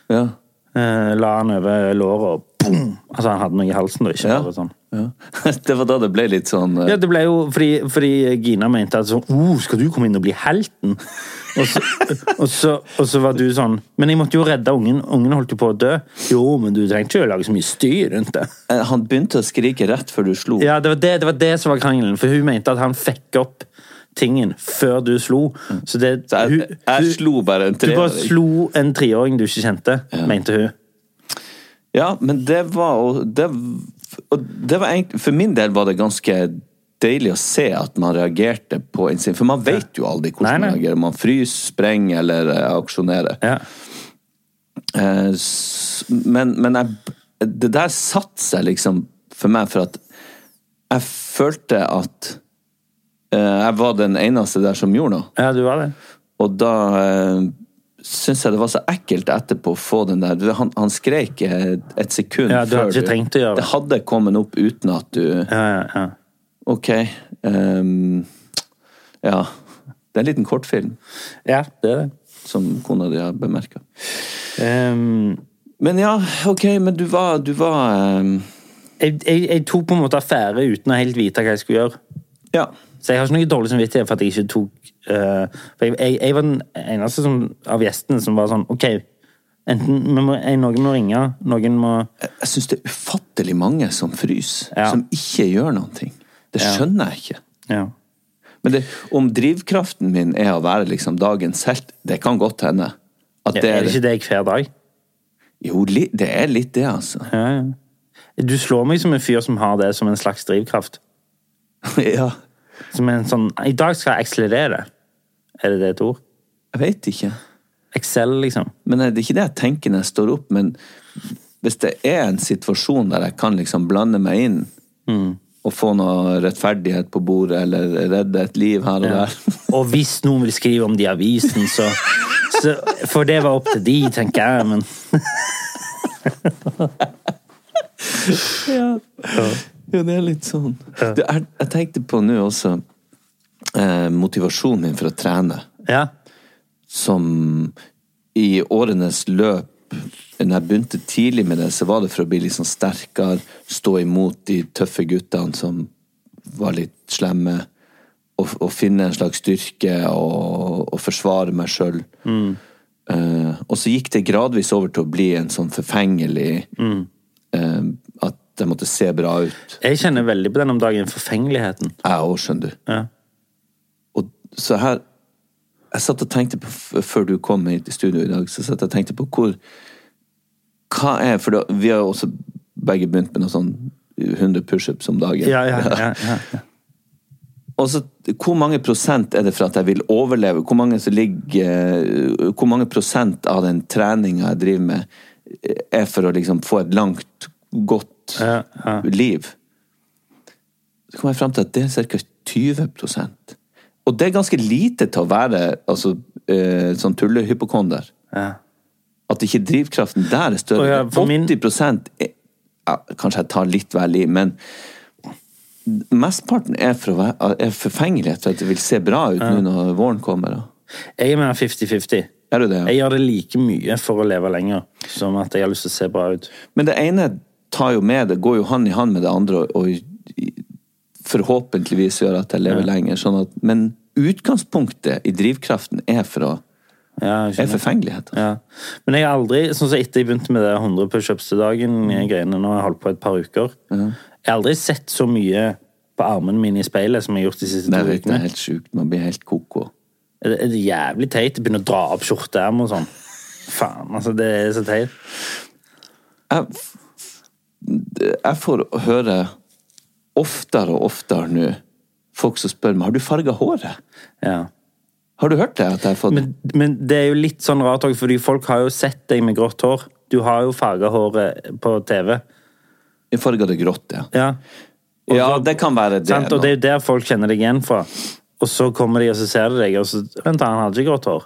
[SPEAKER 3] Ja.
[SPEAKER 1] Eh, la han over låret og boom! Altså, han hadde noe i halsen. Og ikke
[SPEAKER 3] Ja.
[SPEAKER 1] bare sånn.
[SPEAKER 3] ja. (laughs) Det var da det ble litt sånn eh,
[SPEAKER 1] Ja, det ble jo fordi, fordi Gina mente at sånn oh, Skal du komme inn og bli helten? Og så, og, så, og så var du sånn Men jeg måtte jo redde ungen. Ungen holdt jo på å dø. Jo, men du trengte ikke å lage så mye styr rundt det.
[SPEAKER 3] eh, Han begynte å skrike rett før du slo.
[SPEAKER 1] Ja, det var det, det var det som var krangelen. For hun mente at han fikk opp tingen før du slo. Så det
[SPEAKER 3] Så jeg,
[SPEAKER 1] hun-
[SPEAKER 3] jeg
[SPEAKER 1] hun-
[SPEAKER 3] slo bare en
[SPEAKER 1] Du bare
[SPEAKER 3] treåring.
[SPEAKER 1] slo en treåring du ikke kjente, mente hun.
[SPEAKER 3] Ja, men det var og det, og det var egentlig, For min del var det ganske deilig å se at man reagerte på instinkt. For man vet jo aldri
[SPEAKER 1] Nei, nei.
[SPEAKER 3] hvordan man reagerer. Man fryser, sprenger eller eh, aksjonerer.
[SPEAKER 1] Ja.
[SPEAKER 3] Eh, s- Men, men jeg, det der satte seg liksom for meg, for at jeg følte at eh, jeg var den eneste der som gjorde noe.
[SPEAKER 1] ja, du var det.
[SPEAKER 3] Og da eh, syns jeg det var så ekkelt etterpå å få den der du, Han, han skreik eh, et sekund
[SPEAKER 1] Ja, du hadde ikke trengt å gjøre det.
[SPEAKER 3] Det hadde kommet opp uten at du
[SPEAKER 1] Ja, ja, ja.
[SPEAKER 3] Ok. ehm, ja. Det er en liten kortfilm
[SPEAKER 1] ja det er det.
[SPEAKER 3] som kona di har bemerka.
[SPEAKER 1] Ehm,
[SPEAKER 3] Men ja, ok, men du var, du var ehm,
[SPEAKER 1] jeg, jeg, jeg tok på en måte affære uten å helt vite hva jeg skulle gjøre.
[SPEAKER 3] Ja.
[SPEAKER 1] Så jeg har ikke noe dårlig samvittighet for at jeg ikke tok eh, For jeg, jeg, jeg var den eneste som, av gjestene som var sånn OK, enten vi må, eh, noen må ringe, noen må
[SPEAKER 3] Jeg syns det er ufattelig mange som fryser.
[SPEAKER 1] Ja.
[SPEAKER 3] Som ikke gjør noen ting. Det skjønner jeg ikke.
[SPEAKER 1] Ja.
[SPEAKER 3] Men det, om drivkraften min er å være liksom dagens helt, det kan godt hende. At
[SPEAKER 1] Ja,
[SPEAKER 3] det
[SPEAKER 1] Er
[SPEAKER 3] er
[SPEAKER 1] det ikke deg hver dag?
[SPEAKER 3] Jo, li, det er litt det,
[SPEAKER 1] (laughs)
[SPEAKER 3] altså.
[SPEAKER 1] Ja, ja. Du slår meg som en fyr som har det som en slags drivkraft.
[SPEAKER 3] ja.
[SPEAKER 1] Som en sånn I dag skal jeg akselerere. Er det det et ord?
[SPEAKER 3] Jeg veit ikke.
[SPEAKER 1] Excel, liksom.
[SPEAKER 3] Men eh, det er ikke det jeg tenker når jeg står opp, men hvis det er en situasjon der jeg kan liksom blande meg inn
[SPEAKER 1] Mm.
[SPEAKER 3] og få noe rettferdighet på bordet, eller redde et liv her og der (laughs)
[SPEAKER 1] Og hvis noen vil skrive om det i avisen, så, så For det var opp til de, tenker jeg, men
[SPEAKER 3] Jo, det er litt sånn. Det er, jeg tenkte på nå også eh, motivasjonen min for å trene.
[SPEAKER 1] Ja.
[SPEAKER 3] som i årenes løp Når jeg begynte tidlig med det, så var det for å bli litt sånn sterkere, stå imot de tøffe guttene som var litt slemme, og, og finne en slags styrke og, og forsvare meg sjøl. Eh, og så gikk det gradvis over til å bli en sånn forfengelig eh, At jeg måtte se bra ut.
[SPEAKER 1] Jeg kjenner veldig på den om dagen. Forfengeligheten.
[SPEAKER 3] Jeg òg, skjønner du.
[SPEAKER 1] Ja.
[SPEAKER 3] Og så her Jeg satt og tenkte på, f- før du kom hit i studio i dag, så satt jeg og tenkte på hvor Hva er For da, vi har jo også begge begynt med noe sånn 100 pushups om dagen.
[SPEAKER 1] Ja, ja, ja, ja.
[SPEAKER 3] (laughs) Og så, hvor mange prosent er det for at jeg vil overleve? Hvor mange, som ligger, hvor mange prosent av den treninga jeg driver med, er for å liksom få et langt, godt
[SPEAKER 1] Ja, ja.
[SPEAKER 3] liv? Så kom jeg fram til at det er ca. 20 Og det er ganske lite til å være altså, eh, sånn tullehypokonder.
[SPEAKER 1] Ja.
[SPEAKER 3] At ikke drivkraften der er større.
[SPEAKER 1] Å ja, for min-
[SPEAKER 3] 80 er, ja, Kanskje jeg tar litt vel i, men mesteparten er, for å være, er forfengelighet for at det vil se bra ut nå når våren kommer. Da.
[SPEAKER 1] Jeg er mer 50-50.
[SPEAKER 3] Er du det?
[SPEAKER 1] Jeg
[SPEAKER 3] Ja?
[SPEAKER 1] gjør det like mye for å leve lenger som at jeg har lyst til å se bra ut.
[SPEAKER 3] Men det ene tar jo med det, går jo hand i hand med det andre, og, og forhåpentligvis gjør at jeg lever lenger. Sånn at, men utgangspunktet i drivkraften er, for å,
[SPEAKER 1] Ja, jeg
[SPEAKER 3] er
[SPEAKER 1] skjønner.
[SPEAKER 3] forfengelighet.
[SPEAKER 1] Ja. Men jeg har aldri, sånn som etter jeg begynte med det 100 pushups til dagen-greiene, nå har jeg holdt på et par uker, jeg har aldri sett så mye på armene mine i speilet som jeg har gjort de siste
[SPEAKER 3] Nei,
[SPEAKER 1] to
[SPEAKER 3] det er
[SPEAKER 1] ukene.
[SPEAKER 3] helt sjukt. Man blir helt koko.
[SPEAKER 1] Det er jævlig teit. Jeg begynner å dra opp skjorteerm og sånn. Faen, altså, det er så teit.
[SPEAKER 3] jeg, jeg får høre oftere og oftere nå folk som spør meg har du farga håret.
[SPEAKER 1] Ja.
[SPEAKER 3] Har du hørt det? at jeg har fått...
[SPEAKER 1] Men, men det er jo litt sånn rart òg, fordi folk har jo sett deg med grått hår. Du har jo farga håret på TV.
[SPEAKER 3] Jeg farga det grått, ja.
[SPEAKER 1] Ja. Og
[SPEAKER 3] Ja,
[SPEAKER 1] så-
[SPEAKER 3] det kan være det.
[SPEAKER 1] sant? Og
[SPEAKER 3] nå.
[SPEAKER 1] det er jo der folk kjenner deg igjen fra. Og så kommer de og så ser de deg, og så Vent, da, han hadde ikke grått hår.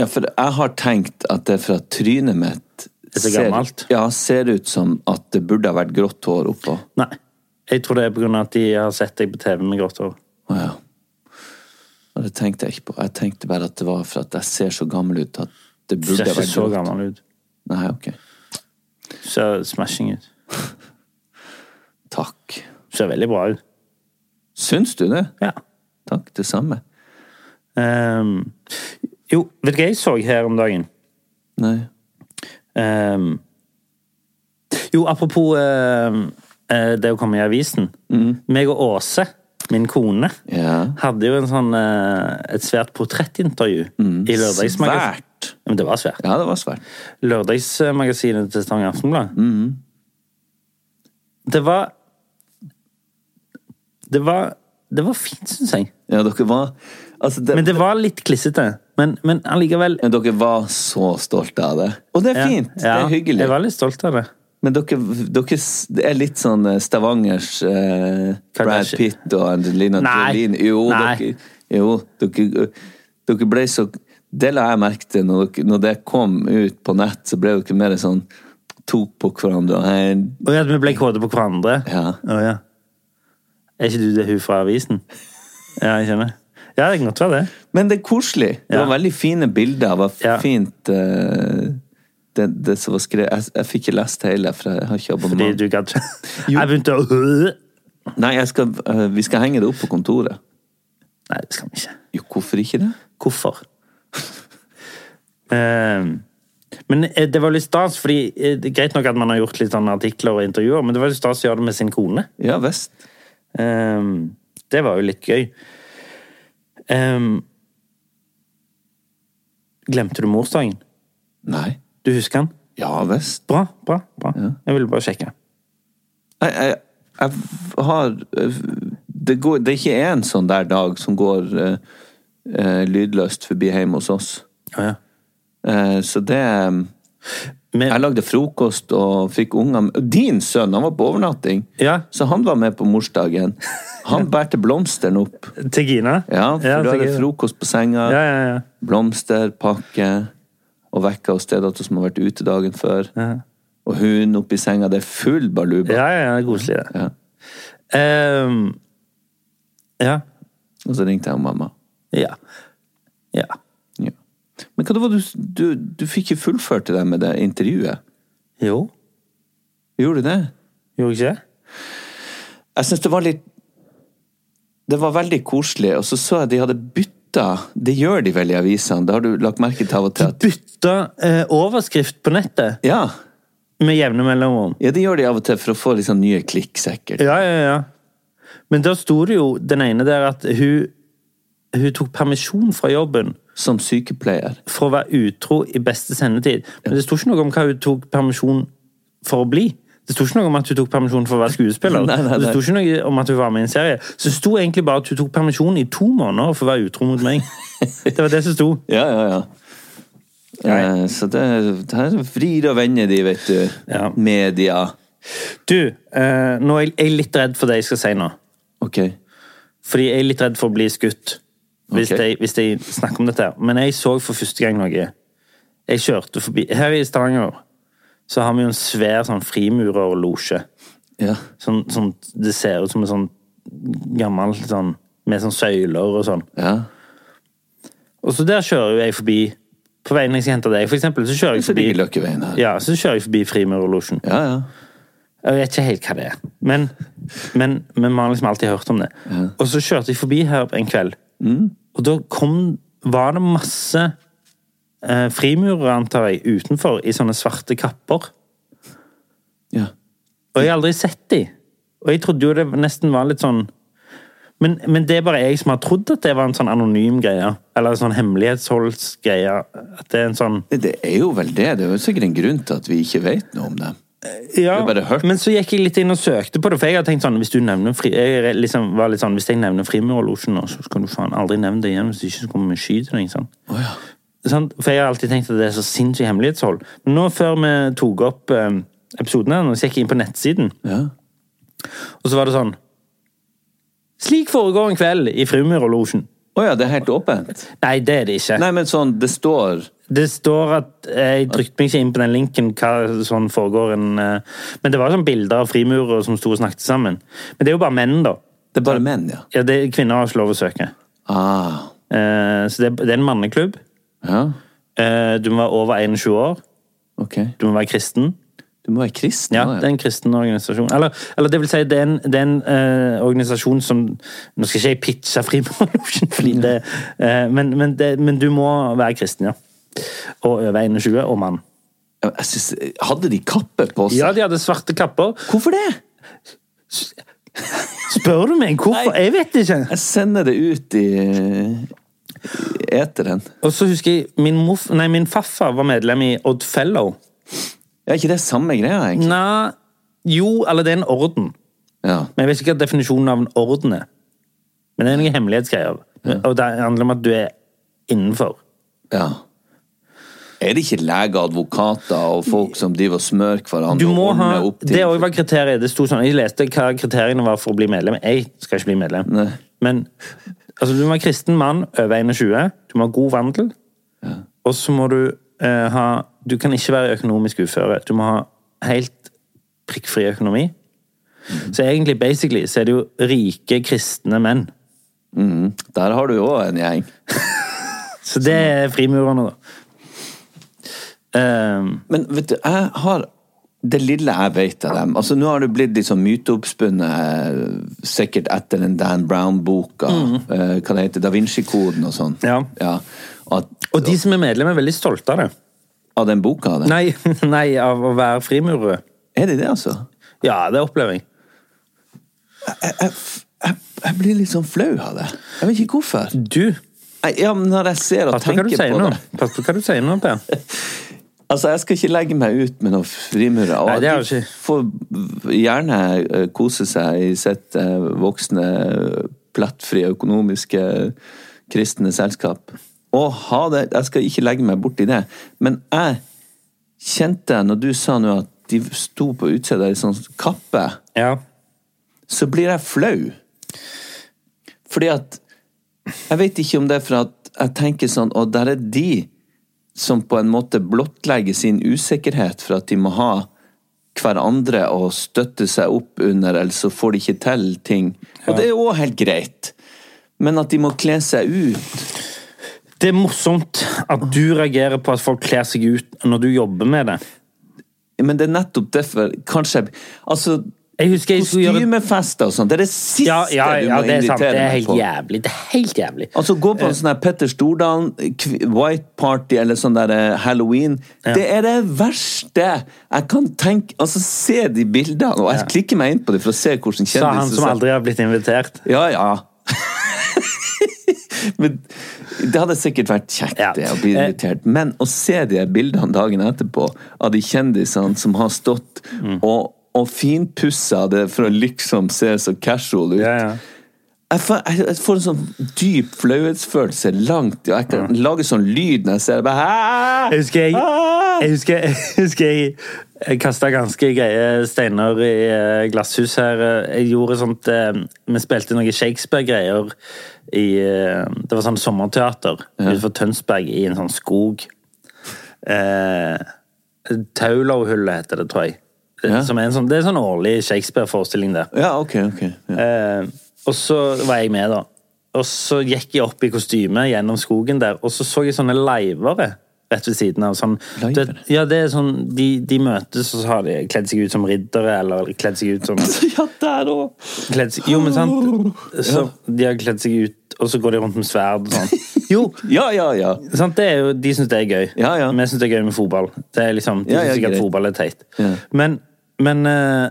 [SPEAKER 3] Ja, for jeg har tenkt at det er fra trynet mitt
[SPEAKER 1] Det er så gammelt.
[SPEAKER 3] ja, ser ut som at det burde ha vært grått hår oppå.
[SPEAKER 1] Nei. Jeg tror det er pga. at de har sett deg på TV med grått hår.
[SPEAKER 3] Å, ja. Og det tenkte jeg ikke på. Jeg tenkte bare at det var for at jeg ser så gammel ut at det
[SPEAKER 1] Du
[SPEAKER 3] burde
[SPEAKER 1] ser
[SPEAKER 3] ha
[SPEAKER 1] ikke
[SPEAKER 3] vært
[SPEAKER 1] så
[SPEAKER 3] grått.
[SPEAKER 1] gammel ut.
[SPEAKER 3] Nei, ok.
[SPEAKER 1] Du ser smashing ut.
[SPEAKER 3] Takk.
[SPEAKER 1] Du ser veldig bra ut.
[SPEAKER 3] Syns du det?
[SPEAKER 1] Ja.
[SPEAKER 3] Takk, det samme.
[SPEAKER 1] Ehm, jo, vet du hva jeg så her om dagen?
[SPEAKER 3] Nei.
[SPEAKER 1] Ehm, jo, apropos ehm, eh, det å komme i avisen.
[SPEAKER 3] Mm.
[SPEAKER 1] Meg og Åse, min kone,
[SPEAKER 3] Ja.
[SPEAKER 1] hadde jo en sånn, eh, et svært portrettintervju i lørdagsmagasinet.
[SPEAKER 3] Mm. Svært.
[SPEAKER 1] Men det var svært.
[SPEAKER 3] Ja, det var svært.
[SPEAKER 1] Lørdagsmagasinet til Stavanger Aftenblad.
[SPEAKER 3] Mm.
[SPEAKER 1] Det var Det var det var fint, syns jeg.
[SPEAKER 3] Ja, dere var altså det,
[SPEAKER 1] Men
[SPEAKER 3] men,
[SPEAKER 1] det var litt klissete. Men, men allikevel
[SPEAKER 3] dere var så stolte av det. Og det er fint!
[SPEAKER 1] Ja,
[SPEAKER 3] det er hyggelig.
[SPEAKER 1] Jeg var litt stolt av det.
[SPEAKER 3] Men dere, dere s- det er litt sånn eh, Stavangers eh, Brad
[SPEAKER 1] Kardashian.
[SPEAKER 3] Pitt og Angelina
[SPEAKER 1] Nei.
[SPEAKER 3] Jolene. Jo,
[SPEAKER 1] Nei.
[SPEAKER 3] dere, jo dere, eh, dere ble så Det la jeg merke til når, dere, når det kom ut på nett, så ble dere mer sånn Tok på hverandre og hei,
[SPEAKER 1] Og at vi ble kåte på hverandre.
[SPEAKER 3] Ja.
[SPEAKER 1] Å, ja. Er ikke du det hun fra avisen? Ja, jeg skjønner. Ja, det kan godt være det.
[SPEAKER 3] Men det er koselig. Det
[SPEAKER 1] Ja.
[SPEAKER 3] var veldig fine bilder. Det var f-
[SPEAKER 1] Ja.
[SPEAKER 3] fint eh, det, det som var skrevet jeg, jeg fikk ikke lest hele, for jeg har ikke
[SPEAKER 1] Fordi
[SPEAKER 3] abonnement.
[SPEAKER 1] du gadd ikke Jeg begynte å Nei,
[SPEAKER 3] Nei, jeg skal, eh, vi skal henge det opp på kontoret.
[SPEAKER 1] det skal vi ikke.
[SPEAKER 3] Jo, hvorfor ikke det?
[SPEAKER 1] Hvorfor? Ehm, men eh, det var litt stas, fordi eh, det er greit nok at man har gjort litt sånne artikler og intervjuer, men det var litt stas å gjøre det med sin kone.
[SPEAKER 3] Ja visst.
[SPEAKER 1] Ehm, det var jo litt gøy. Ehm, glemte du morsdagen?
[SPEAKER 3] Nei.
[SPEAKER 1] Du husker den?
[SPEAKER 3] Ja visst.
[SPEAKER 1] Bra, bra, bra. Jeg ville bare sjekke.
[SPEAKER 3] Jeg, jeg, jeg har det, går, det er ikke én sånn der dag som går eh, eh, lydløst forbi hjemme hos oss.
[SPEAKER 1] Ja, ja.
[SPEAKER 3] Eh, så det
[SPEAKER 1] Men-
[SPEAKER 3] Jeg lagde frokost og fikk ungene med- Din sønn han var på overnatting,
[SPEAKER 1] Ja.
[SPEAKER 3] så han var med på morsdagen.
[SPEAKER 1] (laughs)
[SPEAKER 3] Han bærte blomstene opp.
[SPEAKER 1] Til Gina?
[SPEAKER 3] Ja, for da
[SPEAKER 1] til
[SPEAKER 3] er det
[SPEAKER 1] Gina.
[SPEAKER 3] frokost på senga.
[SPEAKER 1] Ja, ja, ja.
[SPEAKER 3] Blomster, pakke og vekka hos stedatter som har vært ute dagen før. Og hun oppi senga. Det er full baluba.
[SPEAKER 1] Ja, ja, ja, det er koselig, det.
[SPEAKER 3] Ja.
[SPEAKER 1] Ehm, ja.
[SPEAKER 3] Og så ringte jeg og mamma.
[SPEAKER 1] Ja. Ja.
[SPEAKER 3] Ja. Men hva det var du, du Du fikk ikke fullført det der med det intervjuet?
[SPEAKER 1] Jo.
[SPEAKER 3] Gjorde du det?
[SPEAKER 1] Gjorde jeg ikke det?
[SPEAKER 3] Jeg syns det var litt Det var veldig koselig, og så så jeg de hadde bytta Det gjør de vel i avisene, det har du lagt merke til av og til? At,
[SPEAKER 1] Bytta eh, overskrift på nettet
[SPEAKER 3] ja,
[SPEAKER 1] med jevne mellomrom.
[SPEAKER 3] ja, det gjør de av og til for å få litt sånn nye klikk, sikkert.
[SPEAKER 1] Ja, ja, ja. Men da sto det jo den ene der at hun, hun tok permisjon fra jobben
[SPEAKER 3] Som sykepleier.
[SPEAKER 1] for å være utro i beste sendetid. Men det sto ikke noe om hva hun tok permisjon for å bli. Det sto ikke noe om at hun tok permisjon for å være skuespiller.
[SPEAKER 3] (laughs) Nei, nei,
[SPEAKER 1] Og Det
[SPEAKER 3] nei.
[SPEAKER 1] sto ikke noe om at hun var med i en serie. Så det sto egentlig bare at hun tok permisjon i to måneder for å være utro mot meg. Det var det som sto.
[SPEAKER 3] Ja, ja, ja. Eh, så det, det her vrir og vender de, vet du.
[SPEAKER 1] Ja.
[SPEAKER 3] Media.
[SPEAKER 1] Du, eh, nå er jeg- jeg er litt redd for det jeg skal si nå.
[SPEAKER 3] Ok.
[SPEAKER 1] Fordi jeg er litt redd for å bli skutt hvis,
[SPEAKER 3] Ok.
[SPEAKER 1] jeg, hvis jeg snakker om dette. her. Men jeg så for første gang noe. Jeg kjørte forbi Her i Stavanger så har vi jo en svær sånn frimurerlosje.
[SPEAKER 3] Ja.
[SPEAKER 1] Sånn, sånn, det ser ut som en sånn gammel sånn Med sånn søyler og sånn.
[SPEAKER 3] ja.
[SPEAKER 1] Og så der kjører jo jeg forbi På veien jeg skal hente deg, for eksempel, så kjører jeg
[SPEAKER 3] Så
[SPEAKER 1] forbi
[SPEAKER 3] ligger Løkkeveien her.
[SPEAKER 1] Ja, så kjører jeg forbi frimurerlosjen.
[SPEAKER 3] Ja, ja.
[SPEAKER 1] Jeg vet ikke helt hva det er, men, men, men man har liksom alltid hørt om det. Og så kjørte jeg forbi her en kveld, og da kom, var det masse eh, frimurere, antar jeg, utenfor i sånne svarte kapper.
[SPEAKER 3] ja.
[SPEAKER 1] Og jeg har aldri sett de. Og jeg trodde jo det nesten var litt sånn men, men det er bare jeg som har trodd at det var en sånn anonym greie. Eller en sånn hemmelighetsholdsgreie. At det er en sånn
[SPEAKER 3] Det, det er jo vel det. Det er jo sikkert en grunn til at vi ikke vet noe om dem.
[SPEAKER 1] Ja,
[SPEAKER 3] har bare hørt.
[SPEAKER 1] men så gikk jeg litt inn og søkte på det, for jeg har tenkt sånn Hvis du nevner fri, jeg er liksom, var litt sånn, hvis jeg nevner Frimurlosjen nå, så skal du faen aldri nevne det igjen, hvis ikke så kommer vi skyte deg. Sånn. Sant? For jeg har alltid tenkt at det er så sinnssykt hemmelighetshold. Men nå før vi tok opp eh, episoden her, nå så gikk jeg inn på nettsiden,
[SPEAKER 3] Ja.
[SPEAKER 1] og så var det sånn Slik foregår en kveld i Frimurlosjen.
[SPEAKER 3] Å ja, det er helt åpent?
[SPEAKER 1] Nei, det er det ikke.
[SPEAKER 3] Nei, men sånn, det står
[SPEAKER 1] Det står at eh, Jeg trykte meg ikke inn på den linken hva sånn foregår en eh, Men det var sånn bilder av frimurere som sto og snakket sammen. Men det er jo bare menn, da.
[SPEAKER 3] Det er bare menn, ja.
[SPEAKER 1] Ja, det, Kvinner har ikke lov å søke.
[SPEAKER 3] Ah.
[SPEAKER 1] Eh, så det, det er en manneklubb.
[SPEAKER 3] Ja,
[SPEAKER 1] Eh, du må være over 21 år.
[SPEAKER 3] ok.
[SPEAKER 1] Du må være kristen.
[SPEAKER 3] Du må være kristen.
[SPEAKER 1] Ja,
[SPEAKER 3] da,
[SPEAKER 1] det er en kristen organisasjon. Eller, eller det vil si, det er en, det er en eh, organisasjon som Nå skal ikke jeg pitche Frimurlosjen, (laughs) fordi det eh, men, men, det, men du må være kristen, ja. Og over 21 og mann.
[SPEAKER 3] Jeg- Jeg synes, hadde de kappe på seg?
[SPEAKER 1] Ja, de hadde svarte kapper.
[SPEAKER 3] Hvorfor det?
[SPEAKER 1] Spør du meg hvorfor? Jeg vet ikke.
[SPEAKER 3] Jeg sender det ut i, i eteren.
[SPEAKER 1] Og så husker jeg min, morf, nei, min farfar var medlem i Odd Fellow.
[SPEAKER 3] Er ikke det samme greia, egentlig?
[SPEAKER 1] Nei, jo, eller det er en orden.
[SPEAKER 3] Ja.
[SPEAKER 1] Men jeg vet ikke hva definisjonen av en orden er. Men det er noen hemmelighetsgreier. Og det handler om at du er innenfor.
[SPEAKER 3] ja. Er det ikke leger, advokater og folk som driver og smører hverandre
[SPEAKER 1] Du må
[SPEAKER 3] og
[SPEAKER 1] ha,
[SPEAKER 3] ordner opp til
[SPEAKER 1] det også var kriteriet. Det sto sånn, Jeg leste hva kriteriene var for å bli medlem. Jeg skal ikke bli medlem.
[SPEAKER 3] Nei.
[SPEAKER 1] Men altså, du må være kristen mann over 21. Du må ha god vandel. Og så må du eh, ha Du kan ikke være økonomisk uføre. Du må ha helt prikkfri økonomi.
[SPEAKER 3] Mhm.
[SPEAKER 1] Så egentlig, basically, så er det jo rike kristne menn.
[SPEAKER 3] Der har du jo òg en gjeng.
[SPEAKER 1] Så det
[SPEAKER 3] Sånn.
[SPEAKER 1] er frimurerne, da. Ehm,
[SPEAKER 3] Men vet du, jeg har det lille jeg vet av dem altså Nå har det blitt litt sånn myteoppspunnet, eh, sikkert etter den Dan Brown-boka. eh, Hva det heter Da Vinci-koden og sånn.
[SPEAKER 1] Mm. Ja.
[SPEAKER 3] Og at,
[SPEAKER 1] og de som er medlem, er veldig stolte av det.
[SPEAKER 3] av den boka? Det.
[SPEAKER 1] Nei, (laughs) nei av å være frimurere.
[SPEAKER 3] Er det det, altså?
[SPEAKER 1] Ja, det opplever jeg.
[SPEAKER 3] jeg, jeg, jeg, jeg blir litt sånn flau av det. Jeg vet ikke hvorfor.
[SPEAKER 1] Du,
[SPEAKER 3] Nei, ja, men Når jeg ser og
[SPEAKER 1] pass på hva
[SPEAKER 3] tenker
[SPEAKER 1] du sier
[SPEAKER 3] på
[SPEAKER 1] nå.
[SPEAKER 3] det
[SPEAKER 1] Pass på hva du sier nå, Per.
[SPEAKER 3] Altså, Jeg skal ikke legge meg ut med noen frimurer. Og
[SPEAKER 1] Nei, det har du
[SPEAKER 3] de
[SPEAKER 1] ikke.
[SPEAKER 3] får gjerne eh, kose seg i sitt eh, voksne, plettfrie, økonomiske, kristne selskap. Og ha det, Jeg skal ikke legge meg borti det. Men jeg kjente, når du sa nå at de sto på utsida i sånn kappe,
[SPEAKER 1] Ja.
[SPEAKER 3] så blir jeg flau. Fordi at Jeg vet ikke om det er for at jeg tenker sånn Og der er de som på en måte blottlegger sin usikkerhet for at de må ha hverandre å støtte seg opp under, ellers så får de ikke til ting. Og det er jo òg helt greit. Men at de må kle seg ut
[SPEAKER 1] Det er morsomt at du reagerer på at folk kler seg ut når du jobber med det.
[SPEAKER 3] Men det er nettopp derfor Kanskje Altså,
[SPEAKER 1] Jeg husker jeg skulle gjøre
[SPEAKER 3] kostymefester og sånn, det er det siste
[SPEAKER 1] ja, ja, ja,
[SPEAKER 3] du må
[SPEAKER 1] det er sant.
[SPEAKER 3] invitere
[SPEAKER 1] Det er
[SPEAKER 3] meg
[SPEAKER 1] helt
[SPEAKER 3] på.
[SPEAKER 1] jævlig. Det er helt jævlig.
[SPEAKER 3] Altså Gå på en sånn her Petter Stordalen kv- White Party eller sånn der eh, Halloween. Det er det verste jeg kan tenke Altså, se de bildene, og jeg klikker meg inn på det for å se hvordan kjendiser
[SPEAKER 1] Sa han som aldri har blitt invitert.
[SPEAKER 3] Ja, (laughs) ja. Men Det hadde sikkert vært kjekt
[SPEAKER 1] Ja.
[SPEAKER 3] det, å bli
[SPEAKER 1] Eh.
[SPEAKER 3] invitert, men å se de bildene dagen etterpå av de kjendisene som har stått
[SPEAKER 1] Mm.
[SPEAKER 3] og, og finpussa det for å liksom se så casual ut
[SPEAKER 1] Ja, ja.
[SPEAKER 3] jeg får, jeg jeg får en sånn dyp flauhetsfølelse langt ja. Jeg kan lage sånn lyd når jeg ser det. Bare, «Hæ?»
[SPEAKER 1] Jeg husker jeg,
[SPEAKER 3] Ah!
[SPEAKER 1] jeg, husker, jeg, husker jeg, jeg kasta ganske greie steiner i eh, glasshus her. Jeg gjorde sånt eh, Vi spilte noe Shakespeare-greier i eh, Det var sånn sommerteater utenfor Tønsberg i en sånn skog. Eh, Taulovhullet heter det, tror jeg.
[SPEAKER 3] Ja.
[SPEAKER 1] Som er en sånn, det er en sånn årlig Shakespeare-forestilling, det.
[SPEAKER 3] Ja, ok, ok. (laughs) Ja.
[SPEAKER 1] Eh, og så var jeg med, da. Og så gikk jeg opp i kostyme gjennom skogen der, og så så jeg sånne leivere rett ved siden av. Sånn,
[SPEAKER 3] Leivere?
[SPEAKER 1] det, ja, det er sånn, de, de møtes, og så har de kledd seg ut som riddere, eller kledd seg ut som
[SPEAKER 3] ja, der òg!
[SPEAKER 1] kledd seg, Jo, men sant? Så, de har kledd seg ut, og så går de rundt med sverd og sånn. Jo,
[SPEAKER 3] Ja, ja, ja.
[SPEAKER 1] sant? Det er jo, de syns det er gøy.
[SPEAKER 3] Ja, ja.
[SPEAKER 1] Vi syns det er gøy med fotball. Det er liksom, de
[SPEAKER 3] Ja, ja,
[SPEAKER 1] syns ikke
[SPEAKER 3] greit.
[SPEAKER 1] at fotball er teit.
[SPEAKER 3] Ja.
[SPEAKER 1] Men, men eh,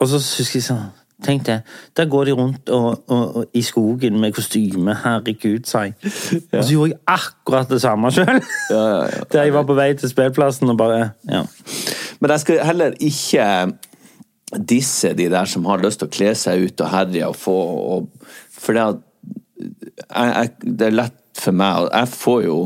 [SPEAKER 1] Og så husker jeg sånn Tenk det. Der går de rundt og, og, og, i skogen med kostyme. Herregud, sa (laughs) jeg. Og så gjorde jeg akkurat det samme sjøl. (laughs) Der jeg var på vei til spillplassen og bare ja.
[SPEAKER 3] Men jeg skal heller ikke disse de der som har lyst til å kle seg ut og herje og få og, For det, at- jeg, jeg, det er lett for meg og Jeg får jo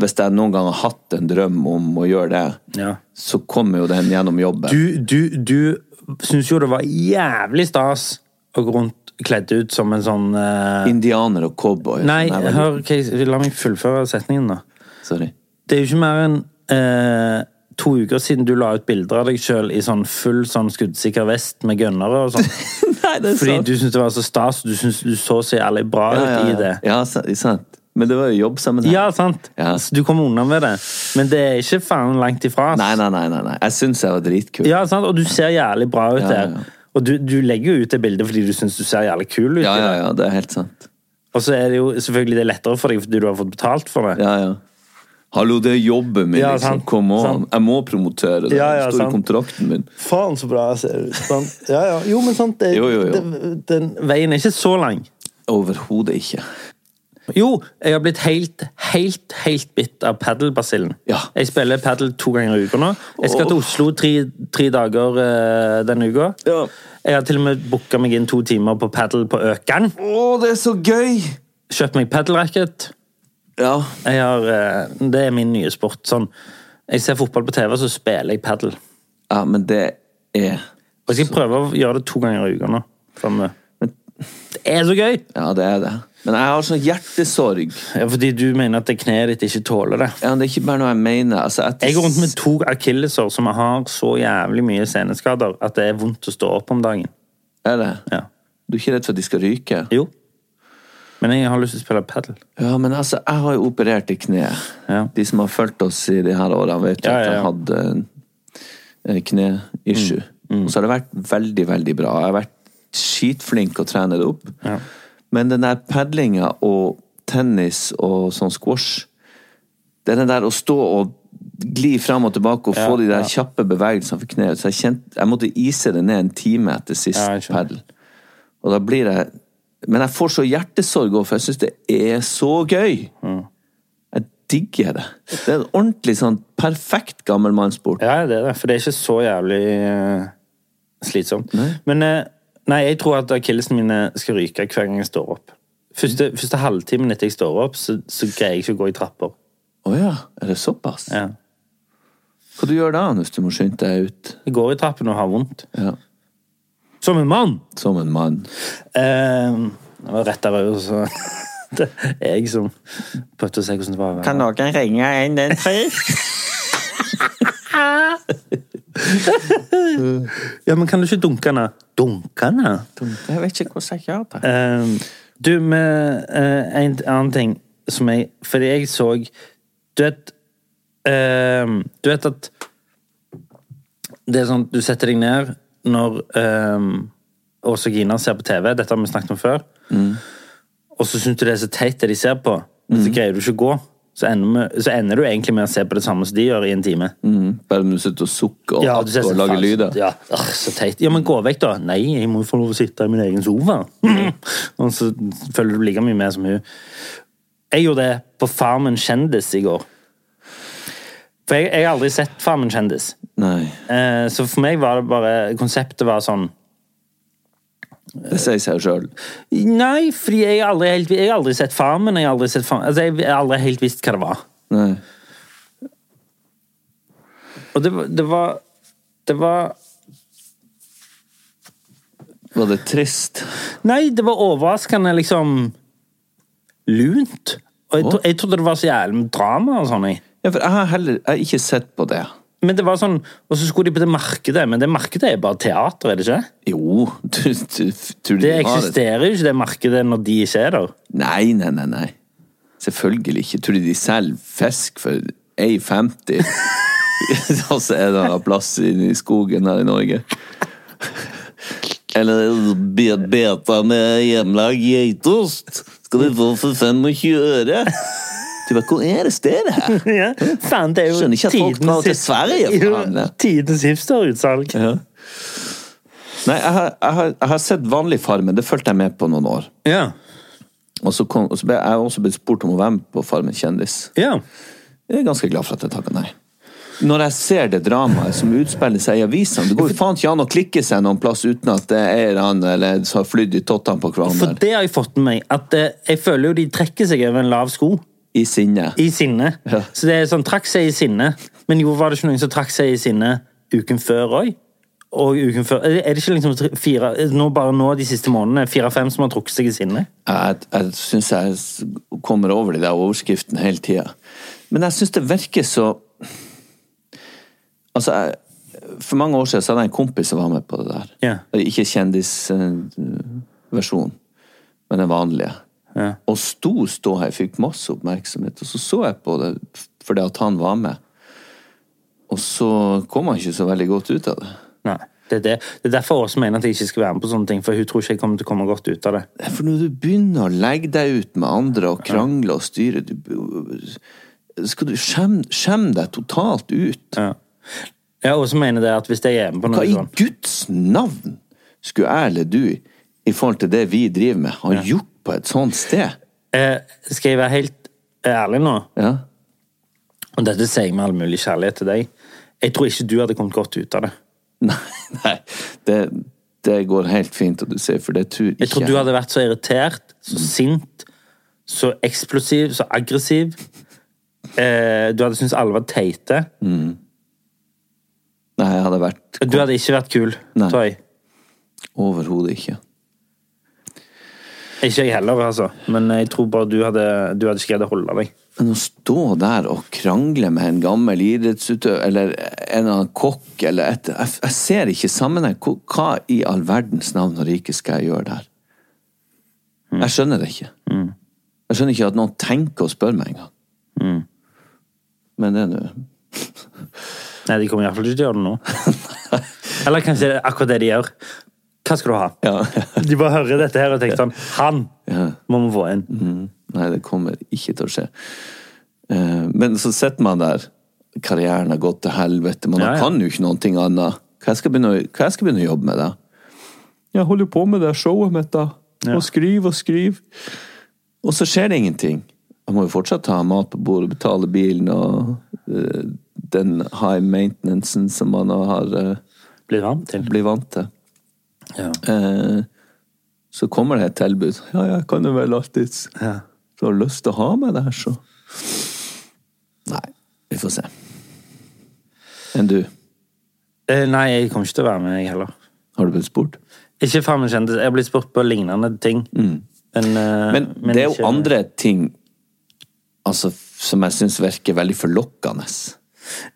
[SPEAKER 3] Hvis jeg noen gang har hatt en drøm om å gjøre det,
[SPEAKER 1] Ja.
[SPEAKER 3] så kommer jo den gjennom jobben.
[SPEAKER 1] Du, du, du syns jo det var jævlig stas å gå rundt kledd ut som en sånn eh,
[SPEAKER 3] Indianer og cowboy.
[SPEAKER 1] Nei,
[SPEAKER 3] Nei, vel,
[SPEAKER 1] hør, hva jeg- la meg fullføre setningen, da.
[SPEAKER 3] Sorry.
[SPEAKER 1] Det er jo ikke mer enn eh, to uker siden du la ut bilder av deg sjøl i sånn full sånn skuddsikker vest med gønnere og sånn.
[SPEAKER 3] Nei, (laughs) det er
[SPEAKER 1] Fordi
[SPEAKER 3] sant.
[SPEAKER 1] du syntes det var så stas, og du syntes du så så jævlig bra ut
[SPEAKER 3] ja, ja,
[SPEAKER 1] i det.
[SPEAKER 3] Ja, sa- sant. Men det var jo jobbsammenheng.
[SPEAKER 1] Ja, sant?
[SPEAKER 3] Ja.
[SPEAKER 1] Så du kom unna med det. Men det er ikke faen langt ifra. ass.
[SPEAKER 3] Nei, nei, nei, nei, nei. Jeg syns jeg var dritkul.
[SPEAKER 1] Ja, sant? Og du ser jævlig bra ut
[SPEAKER 3] Ja, ja, ja.
[SPEAKER 1] der. Og du, du legger jo ut det bildet fordi du syns du ser jævlig kul ut. i
[SPEAKER 3] ja, ja,
[SPEAKER 1] det.
[SPEAKER 3] ja, det er helt sant.
[SPEAKER 1] Og så er det jo selvfølgelig det er lettere for deg fordi du har fått betalt for det.
[SPEAKER 3] Ja, ja. Hallo, det er jobben min,
[SPEAKER 1] Ja,
[SPEAKER 3] liksom.
[SPEAKER 1] sant,
[SPEAKER 3] Kom on.
[SPEAKER 1] sant.
[SPEAKER 3] Jeg må promotøre det.
[SPEAKER 1] Ja, ja,
[SPEAKER 3] det står i
[SPEAKER 1] sant.
[SPEAKER 3] kontrakten min.
[SPEAKER 1] Faen, så bra jeg ser ut. sant? Ja, ja. Jo, men sant, det,
[SPEAKER 3] Jo, jo, jo.
[SPEAKER 1] det- den veien er ikke så lang.
[SPEAKER 3] Overhodet ikke.
[SPEAKER 1] Jo, jeg har blitt helt, helt, helt bitt av padelbasillen.
[SPEAKER 3] Ja.
[SPEAKER 1] Jeg spiller padel to ganger i uka nå. Jeg skal til Oslo tre, tre dager eh, denne uka.
[SPEAKER 3] Ja.
[SPEAKER 1] Jeg har til og med booka meg inn to timer på padel på Økern.
[SPEAKER 3] Å, det er så gøy!
[SPEAKER 1] Kjøpt meg padelracket.
[SPEAKER 3] Ja.
[SPEAKER 1] Jeg har, eh, Det er min nye sport. Sånn, jeg ser fotball på TV, så spiller jeg padel.
[SPEAKER 3] ja, men det er
[SPEAKER 1] Og jeg skal prøve å gjøre det to ganger i uka nå. fremover. Det er så gøy!
[SPEAKER 3] Ja, det er det. Men jeg har sånn hjertesorg.
[SPEAKER 1] Ja, fordi du mener at det kneet ditt ikke tåler det.
[SPEAKER 3] Ja, det er ikke bare noe jeg mener. Altså, etter...
[SPEAKER 1] Jeg går rundt med to akilleser som har så jævlig mye seneskader at det er vondt å stå opp om dagen.
[SPEAKER 3] Er det?
[SPEAKER 1] Ja.
[SPEAKER 3] Du er ikke redd for at de skal ryke?
[SPEAKER 1] Jo. Men jeg har lyst til å spille padel.
[SPEAKER 3] Ja, men altså, jeg har jo operert i kneet.
[SPEAKER 1] Ja.
[SPEAKER 3] De som har fulgt oss i de her årene, vet jo
[SPEAKER 1] Ja, ja,
[SPEAKER 3] at jeg
[SPEAKER 1] ja.
[SPEAKER 3] hadde en, en kne-issue.
[SPEAKER 1] Mm,
[SPEAKER 3] Og så har det vært veldig, veldig bra. Jeg har vært skitflink å trene det opp. Men den der padlinga og tennis og sånn squash Det er den der å stå og gli fram og tilbake og få de der kjappe bevegelsene for kneet. Så jeg, kjente, jeg måtte ise det ned en time etter sist
[SPEAKER 1] Ja, jeg skjønner.
[SPEAKER 3] padel. Og da blir jeg Men jeg får så hjertesorg òg, for jeg syns det er så gøy.
[SPEAKER 1] Mm.
[SPEAKER 3] Jeg digger det. Det er en ordentlig sånn perfekt gammelmannssport.
[SPEAKER 1] Ja, det er det. For det er ikke så jævlig eh, slitsomt. Men eh, nei, jeg tror at akillesene mine skal ryke hver gang jeg står opp. Første, første halvtimen etter jeg står opp, så, så greier jeg ikke å gå i trapper.
[SPEAKER 3] Å ja, er det såpass?
[SPEAKER 1] Ja.
[SPEAKER 3] Hva du gjør da hvis du må skynde deg ut?
[SPEAKER 1] Jeg går i trappen og har vondt.
[SPEAKER 3] Ja.
[SPEAKER 1] Som en mann!
[SPEAKER 3] Som en mann.
[SPEAKER 1] Eh, det var rett der òg, så (laughs) det er jeg som prøvde å se hvordan det var. å være-
[SPEAKER 3] noen ringe inn den (laughs) tre?
[SPEAKER 1] Ja, men kan du ikke dunke henne? Dunke henne?
[SPEAKER 3] Jeg vet ikke hvordan jeg gjør det.
[SPEAKER 1] Eh, du, med eh, en annen ting som jeg Fordi jeg så Du vet eh, Du vet at Det er sånn at du setter deg ned når eh, Åse og Gina ser på TV. Dette har vi snakket om før. Og så syns du det er så teit det de ser på, men så greier du ikke å gå. Så ender, vi- så ender du egentlig med å se på det samme som de gjør i en time.
[SPEAKER 3] Mm, Bare når du sitter og sukker og,
[SPEAKER 1] Ja, du ser
[SPEAKER 3] og
[SPEAKER 1] sånn,
[SPEAKER 3] lager
[SPEAKER 1] faen,
[SPEAKER 3] lyder.
[SPEAKER 1] Ja, Åh, så teit. Ja, men gå vekk, da. Nei, jeg må jo få lov å sitte i min egen sofa. (laughs) og så følger du like mye med som hun. Jeg gjorde det på Farmen kjendis i går. For jeg, jeg har aldri sett Farmen kjendis.
[SPEAKER 3] Nei.
[SPEAKER 1] Eh, så for meg var det bare Konseptet var sånn
[SPEAKER 3] Det sier seg sjøl.
[SPEAKER 1] Nei, fordi jeg har aldri, helt, jeg har aldri sett Farmen. Jeg har aldri, sett farmen. Altså, jeg har aldri helt visst hva det var.
[SPEAKER 3] Nei.
[SPEAKER 1] Og det, var- det var Det var
[SPEAKER 3] Var det trist?
[SPEAKER 1] Nei, det var overraskende liksom lunt. Og jeg, tro, jeg trodde det var så jævlig med drama og sånn. jeg.
[SPEAKER 3] Ja, for jeg har heller jeg har ikke sett på det.
[SPEAKER 1] Men det var sånn, Og så skulle de på det markedet, men det markedet er bare teater, er det ikke?
[SPEAKER 3] Jo, du, du, tror
[SPEAKER 1] Det
[SPEAKER 3] du de har et-
[SPEAKER 1] eksisterer jo ikke det markedet når de ikke er der.
[SPEAKER 3] Nei, nei, nei, nei. Selvfølgelig ikke. Tror du de selger fisk for 1,50? (laughs) Og så er det en plass inne i skogen her i Norge. Eller bet- beta med hjemmelagd geitost. Skal du få for 25 øre? Du bare, Hvor er det stedet her?
[SPEAKER 1] Ja, faen, det er jo
[SPEAKER 3] Skjønner ikke at folk
[SPEAKER 1] tidens
[SPEAKER 3] drar til
[SPEAKER 1] hip-
[SPEAKER 3] Sverige,
[SPEAKER 1] Jo,
[SPEAKER 3] faen, det.
[SPEAKER 1] Tidens hipsterutsalg.
[SPEAKER 3] Ja. Nei, jeg har, jeg, har, jeg har sett vanlig Farmen. Det fulgte jeg med på noen år.
[SPEAKER 1] Ja.
[SPEAKER 3] Og så, kom, og så ble jeg har også blitt spurt om å være med på Farmen kjendis.
[SPEAKER 1] ja.
[SPEAKER 3] Sånn Jeg er ganske glad for at jeg takka nei. Når jeg ser det dramaet som utspiller seg i avisene Det går jo faen ikke an å klikke seg noen plass uten at det er han eller som har flydd i tottene på
[SPEAKER 1] For
[SPEAKER 3] hverandre.
[SPEAKER 1] det har jeg fått med meg. At eh, jeg føler jo de trekker seg over en lav sko.
[SPEAKER 3] I sinne.
[SPEAKER 1] I sinne.
[SPEAKER 3] Ja.
[SPEAKER 1] Så det er sånn, trakk seg i sinne. Men jo, var det ikke noen som trakk seg i sinne uken før òg? Og uken før Er det ikke liksom tre- fire nå, Bare nå de siste månedene fire-fem som har trukket seg i sinne?
[SPEAKER 3] Jeg, jeg syns jeg s- kommer over de der overskriftene hele tida. Men jeg syns det virker så Altså, jeg, for mange år siden så hadde jeg en kompis som var med på det der.
[SPEAKER 1] Ja.
[SPEAKER 3] Ikke kjendisversjonen, men den vanlige.
[SPEAKER 1] Ja.
[SPEAKER 3] Og sto stå her, fikk masse oppmerksomhet. Og så så jeg på det fordi at han var med. Og så kom han ikke så veldig godt ut av det.
[SPEAKER 1] Nei. Det er, det. det er derfor Åse mener at jeg ikke skal være med på sånne ting, for hun tror ikke jeg kommer til å komme godt ut av det.
[SPEAKER 3] Nei, For når du begynner å legge deg ut med andre og krangle og styre du, Skal du skjemme, skjemme deg totalt ut?
[SPEAKER 1] Ja. Ja, Åse mener det at hvis jeg er med på
[SPEAKER 3] Hva
[SPEAKER 1] noe
[SPEAKER 3] i
[SPEAKER 1] sånt
[SPEAKER 3] Guds navn skulle jeg eller du, i forhold til det vi driver med, ha gjort på et sånt sted?
[SPEAKER 1] eh, Skal jeg være helt ærlig nå,
[SPEAKER 3] Ja. (laughs)
[SPEAKER 1] og dette sier jeg med all mulig kjærlighet til deg Jeg tror ikke du hadde kommet godt ut av det.
[SPEAKER 3] Nei, nei. Det, det går helt fint at du sier, for det tror ikke Mm.
[SPEAKER 1] Jeg tror du hadde vært så irritert, så sint, så eksplosiv, så aggressiv. Eh, du hadde syntes alle var teite.
[SPEAKER 3] Mm. Nei, jeg hadde vært
[SPEAKER 1] Du hadde ikke vært kul,
[SPEAKER 3] Nei.
[SPEAKER 1] tror jeg.
[SPEAKER 3] overhodet ikke.
[SPEAKER 1] Ikke jeg heller, altså. Men jeg tror bare du hadde, du hadde ikke greid å holde deg.
[SPEAKER 3] Men å stå der og krangle med en gammel idrettsutøver eller en eller annen kokk eller et Jeg, jeg ser ikke sammenheng. Hva, hva i all verdens navn og rike skal jeg gjøre der? Jeg skjønner det ikke. Jeg skjønner ikke at noen tenker å spørre meg engang. Men det er nå
[SPEAKER 1] Nei, de kommer iallfall ikke til å gjøre det nå.
[SPEAKER 3] (laughs)
[SPEAKER 1] Eller kanskje det er akkurat det de gjør. Hva skal du ha?
[SPEAKER 3] ja.
[SPEAKER 1] De bare hører dette her og tenker sånn Han må vi få inn.
[SPEAKER 3] Mm. Nei, det kommer ikke til å skje. Eh, Men så sitter man der. Karrieren har gått til helvete. Man
[SPEAKER 1] Ja, ja.
[SPEAKER 3] kan jo ikke noen ting annet. Hva jeg skal begynne å, hva jeg skal begynne å jobbe med, da? Jeg holder på med det showet mitt, da. Og skriver og skriver. Og så skjer det ingenting. Jeg må jo fortsatt ha mat på bordet, betale bilen og eh, den high maintenancen som man har eh,
[SPEAKER 1] Blir vant til.
[SPEAKER 3] blir vant til.
[SPEAKER 1] Ja.
[SPEAKER 3] Eh, så kommer det et tilbud. Ja, jeg kan jo vel alltids. Så har du lyst til å ha med det her, så Nei, vi får se. Enn du?
[SPEAKER 1] Eh, Nei, jeg kommer ikke til å være med, jeg heller.
[SPEAKER 3] Har du blitt spurt?
[SPEAKER 1] Ikke faen meg kjendis. Jeg har blitt spurt på lignende ting. Men, eh,
[SPEAKER 3] Mm. Men, det er jo
[SPEAKER 1] ikke-
[SPEAKER 3] andre ting altså, som jeg syns virker veldig forlokkende.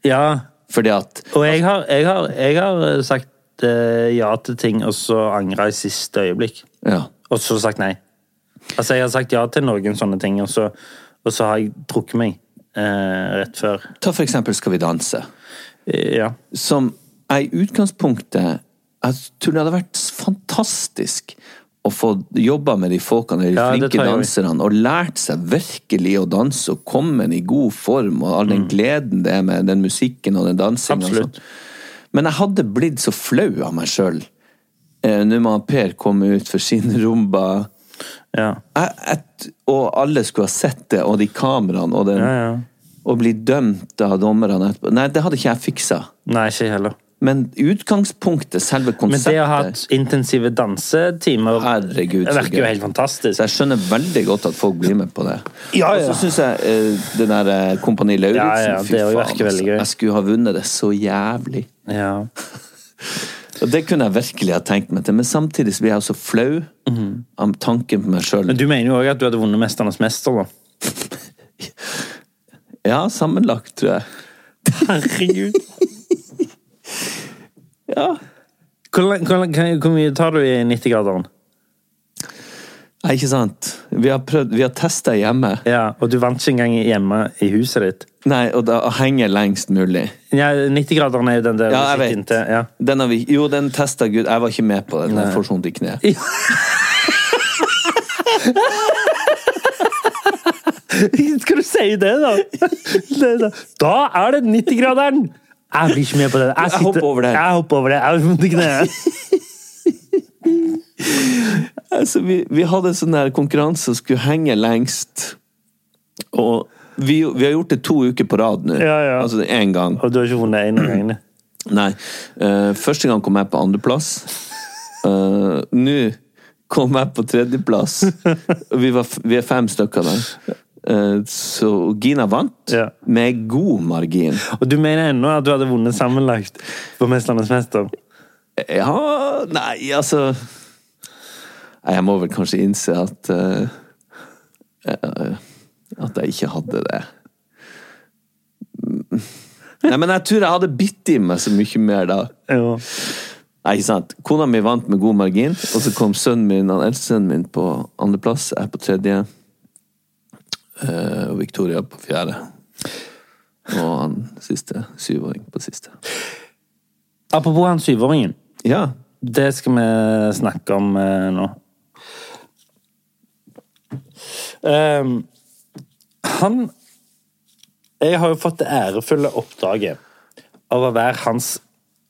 [SPEAKER 1] Ja.
[SPEAKER 3] Fordi at
[SPEAKER 1] Og jeg har, jeg har, jeg har sagt eh, ja til ting, og så angra jeg siste øyeblikk.
[SPEAKER 3] Ja.
[SPEAKER 1] Og så sagt nei. Altså, jeg har sagt ja til noen sånne ting, og så, og så har jeg trukket meg eh, rett før.
[SPEAKER 3] Ta for eksempel Skal vi danse.
[SPEAKER 1] Eh, Ja.
[SPEAKER 3] som jeg i utgangspunktet Jeg tror det hadde vært fantastisk å få jobba med de folkene, de
[SPEAKER 1] Ja, det
[SPEAKER 3] flinke
[SPEAKER 1] tar jeg.
[SPEAKER 3] danserne, og lært seg virkelig å danse og komme i god form, og all den gleden det er med den musikken og den dansinga.
[SPEAKER 1] Mm. Absolutt.
[SPEAKER 3] Men jeg hadde blitt så flau av meg sjøl eh, når man Per kom ut for sin (laughs) rumba
[SPEAKER 1] ja.
[SPEAKER 3] jeg, jeg, og alle skulle ha sett det, og de kameraene, og den
[SPEAKER 1] Ja, ja.
[SPEAKER 3] Og bli dømt av dommerne etterpå. Nei, det hadde ikke jeg fiksa.
[SPEAKER 1] Nei, ikke jeg heller.
[SPEAKER 3] Men utgangspunktet, selve
[SPEAKER 1] Men
[SPEAKER 3] konseptet
[SPEAKER 1] det å ha hatt intensive dansetimer
[SPEAKER 3] Herregud, så
[SPEAKER 1] virker
[SPEAKER 3] gøy.
[SPEAKER 1] jo helt fantastisk.
[SPEAKER 3] Så jeg skjønner veldig godt at folk blir med på det.
[SPEAKER 1] Ja, ja.
[SPEAKER 3] Og så syns jeg eh, den der eh, Kompani Lauritzen altså.
[SPEAKER 1] Ja, ja, det jo virker veldig gøy.
[SPEAKER 3] Jeg skulle ha vunnet det så jævlig.
[SPEAKER 1] Ja.
[SPEAKER 3] Og det kunne jeg virkelig ha tenkt meg til, men samtidig så blir jeg jo så flau av tanken på meg sjøl.
[SPEAKER 1] Mhm. Men du mener jo òg at du hadde vunnet 'Mesternes mester', da.
[SPEAKER 3] Ja, sammenlagt, tror jeg.
[SPEAKER 1] Herregud.
[SPEAKER 3] Ja.
[SPEAKER 1] Hvor, lang- hvor, lang- kan- hvor mye tar du i 90-graderen?
[SPEAKER 3] Nei, ikke sant? Vi har, prøvd- vi har testa hjemme.
[SPEAKER 1] Ja, og du vant ikke engang hjemme i huset ditt.
[SPEAKER 3] Nei, og da henger lengst mulig.
[SPEAKER 1] Ja, 90-graderen er jo den der
[SPEAKER 3] Ja,
[SPEAKER 1] du
[SPEAKER 3] jeg
[SPEAKER 1] sitter
[SPEAKER 3] vet.
[SPEAKER 1] inntil. Ja. (laughs)
[SPEAKER 3] Den har vi, jo, den testa Gud. Jeg var ikke med på det. Den får sånt i kneet.
[SPEAKER 1] Skal du si det, da? (laughs) Det da? Da er det 90-graderen! Jeg blir ikke med på det. Jeg, sitter,
[SPEAKER 3] hopper over det.
[SPEAKER 1] Jeg hopper over det. Jeg har vondt i kneet.
[SPEAKER 3] (laughs) Altså, vi, vi hadde en sånn her konkurranse som skulle henge lengst. Og vi, vi har gjort det to uker på rad nå.
[SPEAKER 1] Ja, ja.
[SPEAKER 3] Altså én gang.
[SPEAKER 1] Og du har ikke vunnet én av gangene.
[SPEAKER 3] Nei. eh, første gang kom jeg på andreplass. Uh, Nå kom jeg på tredjeplass. Og Vi, var, f- vi er fem stykker der. Eh, så Gina vant
[SPEAKER 1] Ja.
[SPEAKER 3] med god margin.
[SPEAKER 1] Og du mener ennå at du hadde vunnet sammenlagt på 'Mesternes mester'?
[SPEAKER 3] Ja Nei, altså Nei, Jeg må vel kanskje innse at eh, eh, At jeg ikke hadde det. Mm. Nei, men jeg tror jeg hadde bitt i meg så mye mer da.
[SPEAKER 1] Ja.
[SPEAKER 3] Nei, ikke sant. Kona mi vant med god margin, og så kom sønnen min, han eldste sønnen min på andreplass, jeg på tredje, eh, og Victoria på fjerde. Og han siste syvåring på siste.
[SPEAKER 1] Apropos han syvåringen.
[SPEAKER 3] Ja.
[SPEAKER 1] Det skal vi snakke om eh, nå. Ehm, han Jeg har jo fått det ærefulle oppdraget av å være hans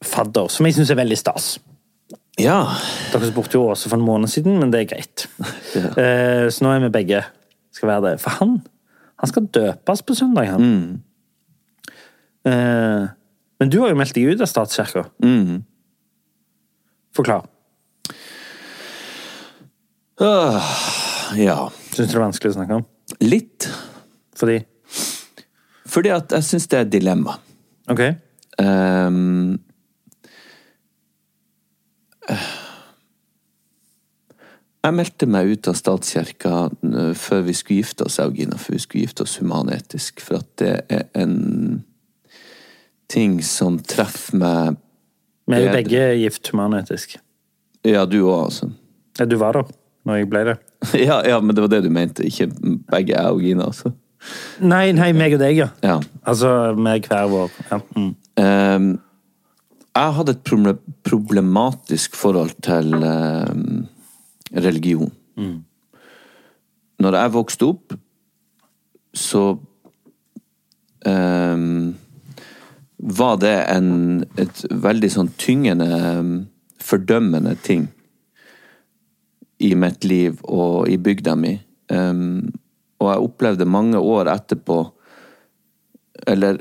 [SPEAKER 1] fadder, som jeg syns er veldig stas.
[SPEAKER 3] Ja.
[SPEAKER 1] Dere spurte jo Åse for en måned siden, men det er greit.
[SPEAKER 3] Ja.
[SPEAKER 1] Eh, så nå er vi begge skal være det. For han, han skal døpes på søndag, han. Eh, men du har jo meldt deg ut av statskirka. Forklar.
[SPEAKER 3] Øh, ja.
[SPEAKER 1] Syns du det er vanskelig å snakke om?
[SPEAKER 3] Litt.
[SPEAKER 1] Fordi
[SPEAKER 3] Fordi at jeg syns det er et dilemma.
[SPEAKER 1] OK.
[SPEAKER 3] Ehm, jeg meldte meg ut av statskirka eh, før vi skulle gifte oss, jeg og Gina, for vi skulle gifte oss humanetisk. For at det er en ting som treffer meg
[SPEAKER 1] Vi er jo
[SPEAKER 3] Bedre.
[SPEAKER 1] begge gift humanetisk.
[SPEAKER 3] Ja, du òg, altså. (laughs)
[SPEAKER 1] Ja, du var der når jeg ble det.
[SPEAKER 3] Ja, ja, men det var det du mente, ikke begge jeg og Gina, altså.
[SPEAKER 1] Nei, nei, meg og deg, ja.
[SPEAKER 3] Ja.
[SPEAKER 1] Altså med hver vår. Ja. Mm.
[SPEAKER 3] Ehm, jeg hadde et proble- problematisk forhold til ehm, religion. Når jeg vokste opp, så ehm, var det en, et veldig sånn tyngende, ehm, fordømmende ting. i mitt liv og i bygda mi. Um, og jeg opplevde mange år etterpå, eller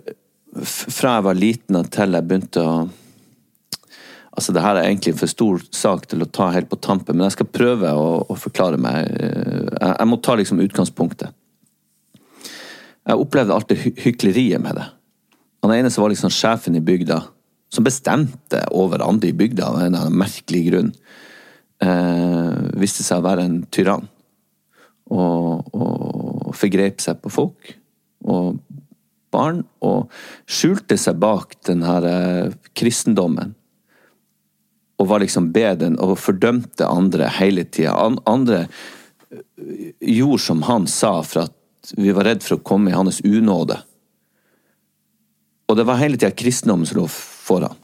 [SPEAKER 3] f- fra jeg var liten og til jeg begynte å Altså, det her er egentlig en for stor sak til å ta helt på tampen, men jeg skal prøve å, å forklare meg. Eh, Jeg, jeg må ta liksom utgangspunktet. Jeg opplevde alltid hy hykleriet med det. Han ene som var liksom sjefen i bygda, som bestemte over andre i bygda av en eller annen merkelig grunn, eh, viste seg å være en tyrann. Og, og forgrep seg på folk og barn, og skjulte seg bak den her eh, kristendommen. Og var liksom bedre enn og fordømte andre hele tida. An andre gjorde som han sa, for at vi var redd for å komme i hans unåde. Og det var hele tida kristendommen som lå foran.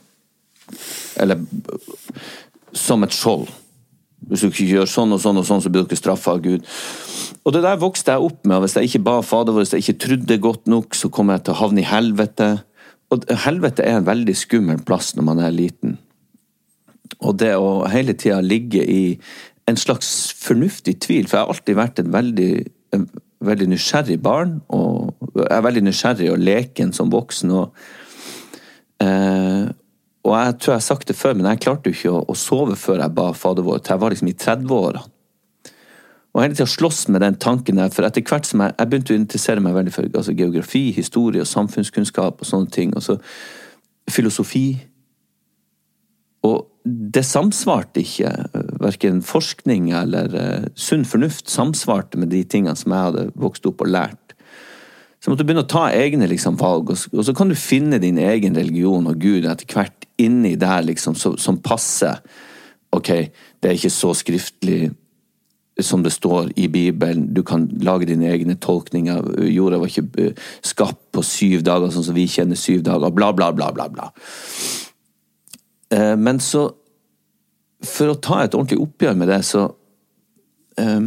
[SPEAKER 3] Eller eh, som et skjold. Hvis du ikke gjør sånn og sånn, og sånn, så blir dere straffa av Gud. Og det der vokste jeg opp med. og Hvis jeg ikke ba Fader vår, hvis jeg ikke trodde godt nok, så kom jeg til å havne i helvete. Og helvete er en veldig skummel plass når man er liten. Og det å hele tida ligge i en slags fornuftig tvil, for jeg har alltid vært et veldig, en veldig nysgjerrig barn, og jeg er veldig nysgjerrig og leken som voksen. og eh, og jeg tror jeg har sagt det før, men jeg klarte jo ikke å, å sove før jeg ba Fader vår, til jeg var liksom i 30-åra. Og hele tida slåss med den tanken der, for etter hvert som jeg, jeg begynte å interessere meg veldig for altså, geografi, historie og samfunnskunnskap og sånne ting, og så filosofi og det samsvarte ikke. Verken forskning eller eh, sunn fornuft samsvarte med de tingene som jeg hadde vokst opp og lært. Så jeg måtte begynne å ta egne liksom, valg, og s- og så kan du finne din egen religion og Gud etter hvert inni der liksom, som, som passer. Ok, det er ikke så skriftlig som det står i Bibelen. Du kan lage dine egne tolkninger. Jorda var ikke eh, skapt på syv dager, sånn som vi kjenner syv dager. Bla, bla, bla, bla. bla. Eh, Men så For å ta et ordentlig oppgjør med det, så eh,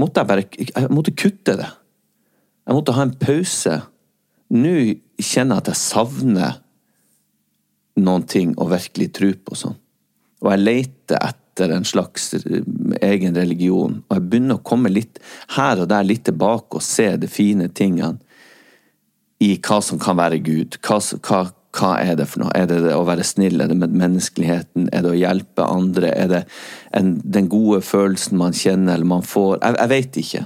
[SPEAKER 3] måtte jeg bare Jeg måtte kutte det. Jeg måtte ha en pause. Nå kjenner jeg at jeg savner noen ting å virkelig tro på sånn. Og jeg leter etter en slags eh, egen religion. Og jeg begynner å komme litt her og der, litt tilbake og se de fine tingene i hva som kan være Gud. Hva, som- hva, hva er det for noe? Er det, det å være snill? Er det med menneskeligheten? Er det å hjelpe andre? Er det en, den gode følelsen man kjenner eller man får? Jeg, jeg vet ikke.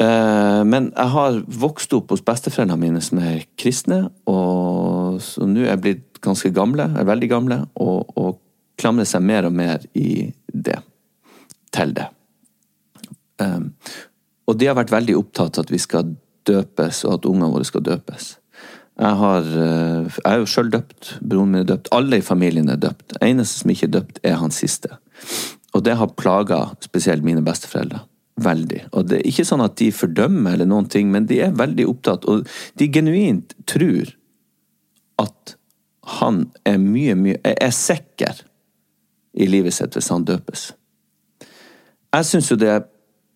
[SPEAKER 3] Eh, men jeg har vokst opp hos besteforeldrene mine som er kristne, og så nå er jeg blitt ganske gamle, eller veldig gamle, og, og klamrer seg mer og mer i det. Til det. Um, og de har vært veldig opptatt av at vi skal døpes, og at ungene våre skal døpes. Jeg, har, eh, jeg er jo sjøl døpt, broren min er døpt, alle i familien er døpt. Eneste som ikke er døpt, er han siste. Og det har plaga spesielt mine besteforeldre. Veldig. Og det er ikke sånn at de fordømmer eller noen ting, men de er veldig opptatt, og de genuint tror at han er mye, mye Er sikker i livet sitt hvis han døpes jeg synes jo det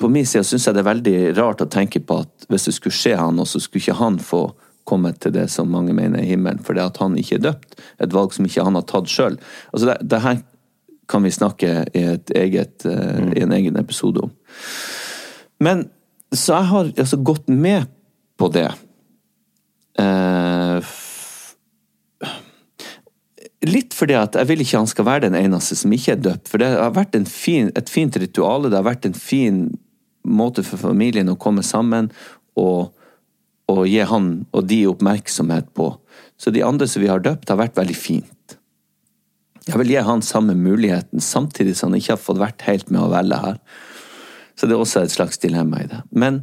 [SPEAKER 3] På min side syns jeg det er veldig rart å tenke på at hvis det skulle skje han, og så skulle ikke han få komme til det som mange mener er himmelen, fordi at han ikke er døpt. Et valg som ikke han har tatt sjøl. Altså det, det her kan vi snakke i, et eget, eh, i en egen episode om. Men så jeg har altså gått med på det. Eh, f- Litt fordi at jeg vil ikke han skal være den eneste som ikke er døpt. For det har vært en fin, et fint ritual, det har vært en fin måte for familien å komme sammen og, og gi han og de oppmerksomhet på. Så de andre som vi har døpt, har vært veldig fint. Jeg vil gi han samme muligheten, samtidig som han ikke har fått vært helt med å velge her. Så det er også et slags dilemma i det. Men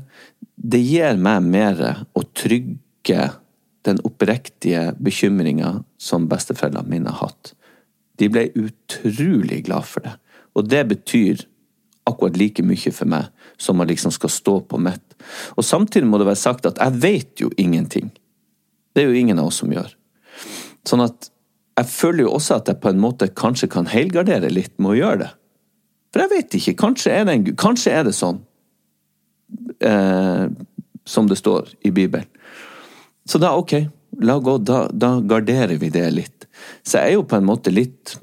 [SPEAKER 3] det gir meg mer å trygge den oppriktige bekymringa som besteforeldrene mine har hatt. De ble utrolig glad for det. Og det betyr akkurat like mye for meg som man liksom skal stå på mitt. Og samtidig må det være sagt at jeg vet jo ingenting. Det er jo ingen av oss som gjør. Sånn at jeg føler jo også at jeg på en måte kanskje kan helgardere litt med å gjøre det. For jeg vet ikke. Kanskje er det, en, gud- kanskje er det sånn eh, som det står i Bibelen. Så da, ok, la gå. Da, da garderer vi det litt. Så jeg er jo på en måte litt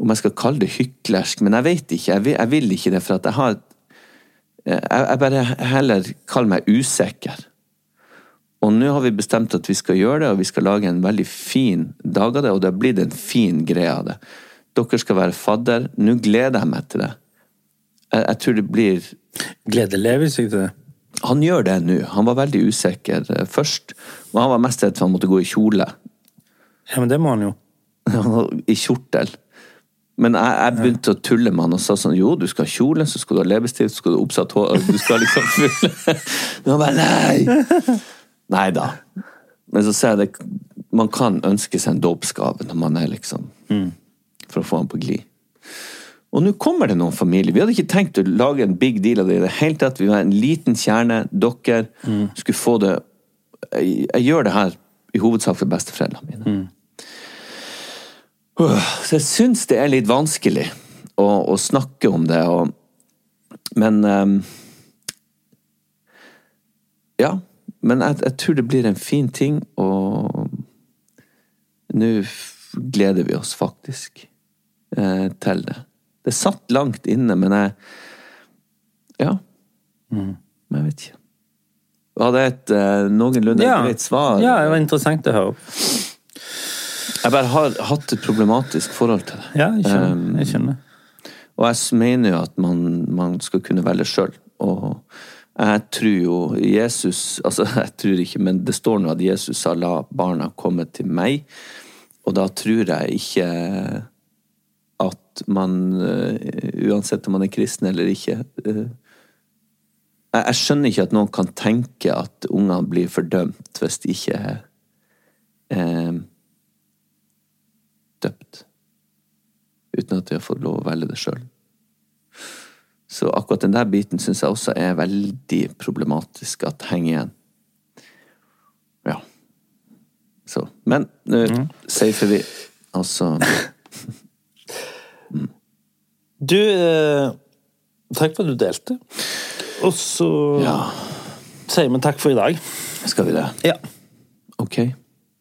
[SPEAKER 3] om jeg skal kalle det hyklersk, men jeg vet ikke. Jeg vil, jeg vil ikke det, for at jeg har et eh, jeg, jeg bare heller kaller meg usikker. Og nå har vi bestemt at vi skal gjøre det, og vi skal lage en veldig fin dag av det, og det har blitt en fin greie av det. Dere skal være fadder. Nå gleder jeg meg til det. Jeg, jeg tror det blir
[SPEAKER 1] Glede lever seg til det.
[SPEAKER 3] Han gjør det nå. Han var veldig usikker eh, først, og han var mest redd for han måtte gå i kjole.
[SPEAKER 1] Ja, men det må han jo.
[SPEAKER 3] (laughs) I kjortel. Men jeg, jeg begynte å tulle med han og sa sånn Jo, du skal ha kjole, så skal du ha leppestift, så skal du ha oppsatt hår Du skal liksom fylle (laughs) Men han bare Nei! Nei da. Men så ser jeg det Man kan ønske seg en dåpsgave når man er liksom For å få han på glid. Og nå kommer det noen familier. Vi hadde ikke tenkt å lage en big deal av det i det hele tatt. Vi var en liten kjerne. Dere skulle få det jeg, jeg gjør det her i hovedsak for besteforeldrene mine. Øh, Så jeg syns det er litt vanskelig å, å snakke om det, og Men ehm, Ja. Men jeg, jeg tror det blir en fin ting, og nå f- gleder vi oss faktisk eh, til det. Det satt langt inne, men jeg Ja.
[SPEAKER 1] Mm.
[SPEAKER 3] Men jeg vet ikke. Hadde jeg et eh, noenlunde greit svar?
[SPEAKER 1] ja, det var interessant å høre.
[SPEAKER 3] Jeg bare har hatt et problematisk forhold til det.
[SPEAKER 1] Ja, jeg skjønner. Jeg skjønner.
[SPEAKER 3] Og jeg s- mener jo at man, man skal kunne velge sjøl. Og jeg tror jo Jesus Altså, (laughs) jeg tror ikke, men det står nå at Jesus sa 'la barna komme til meg'. Og da tror jeg ikke at man eh, Uansett om man er kristen eller ikke eh, jeg, jeg skjønner ikke at noen kan tenke at ungene blir fordømt hvis de ikke er eh, døpt uten at de har fått lov å velge det sjøl. Så akkurat den der biten syns jeg også er veldig problematisk at henger igjen. Ja. Så. Men nå safer vi. Altså
[SPEAKER 1] Du eh, Takk for at du delte. Og så
[SPEAKER 3] Ja.
[SPEAKER 1] sier vi takk for i dag.
[SPEAKER 3] Skal vi det?
[SPEAKER 1] Ja.
[SPEAKER 3] Ok.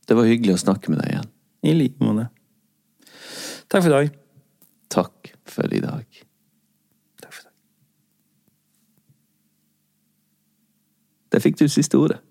[SPEAKER 3] Det var hyggelig å snakke med deg igjen.
[SPEAKER 1] I like måte. Takk for i dag.
[SPEAKER 3] Takk for i dag.
[SPEAKER 1] Takk for i dag.
[SPEAKER 3] Der fikk du siste ordet.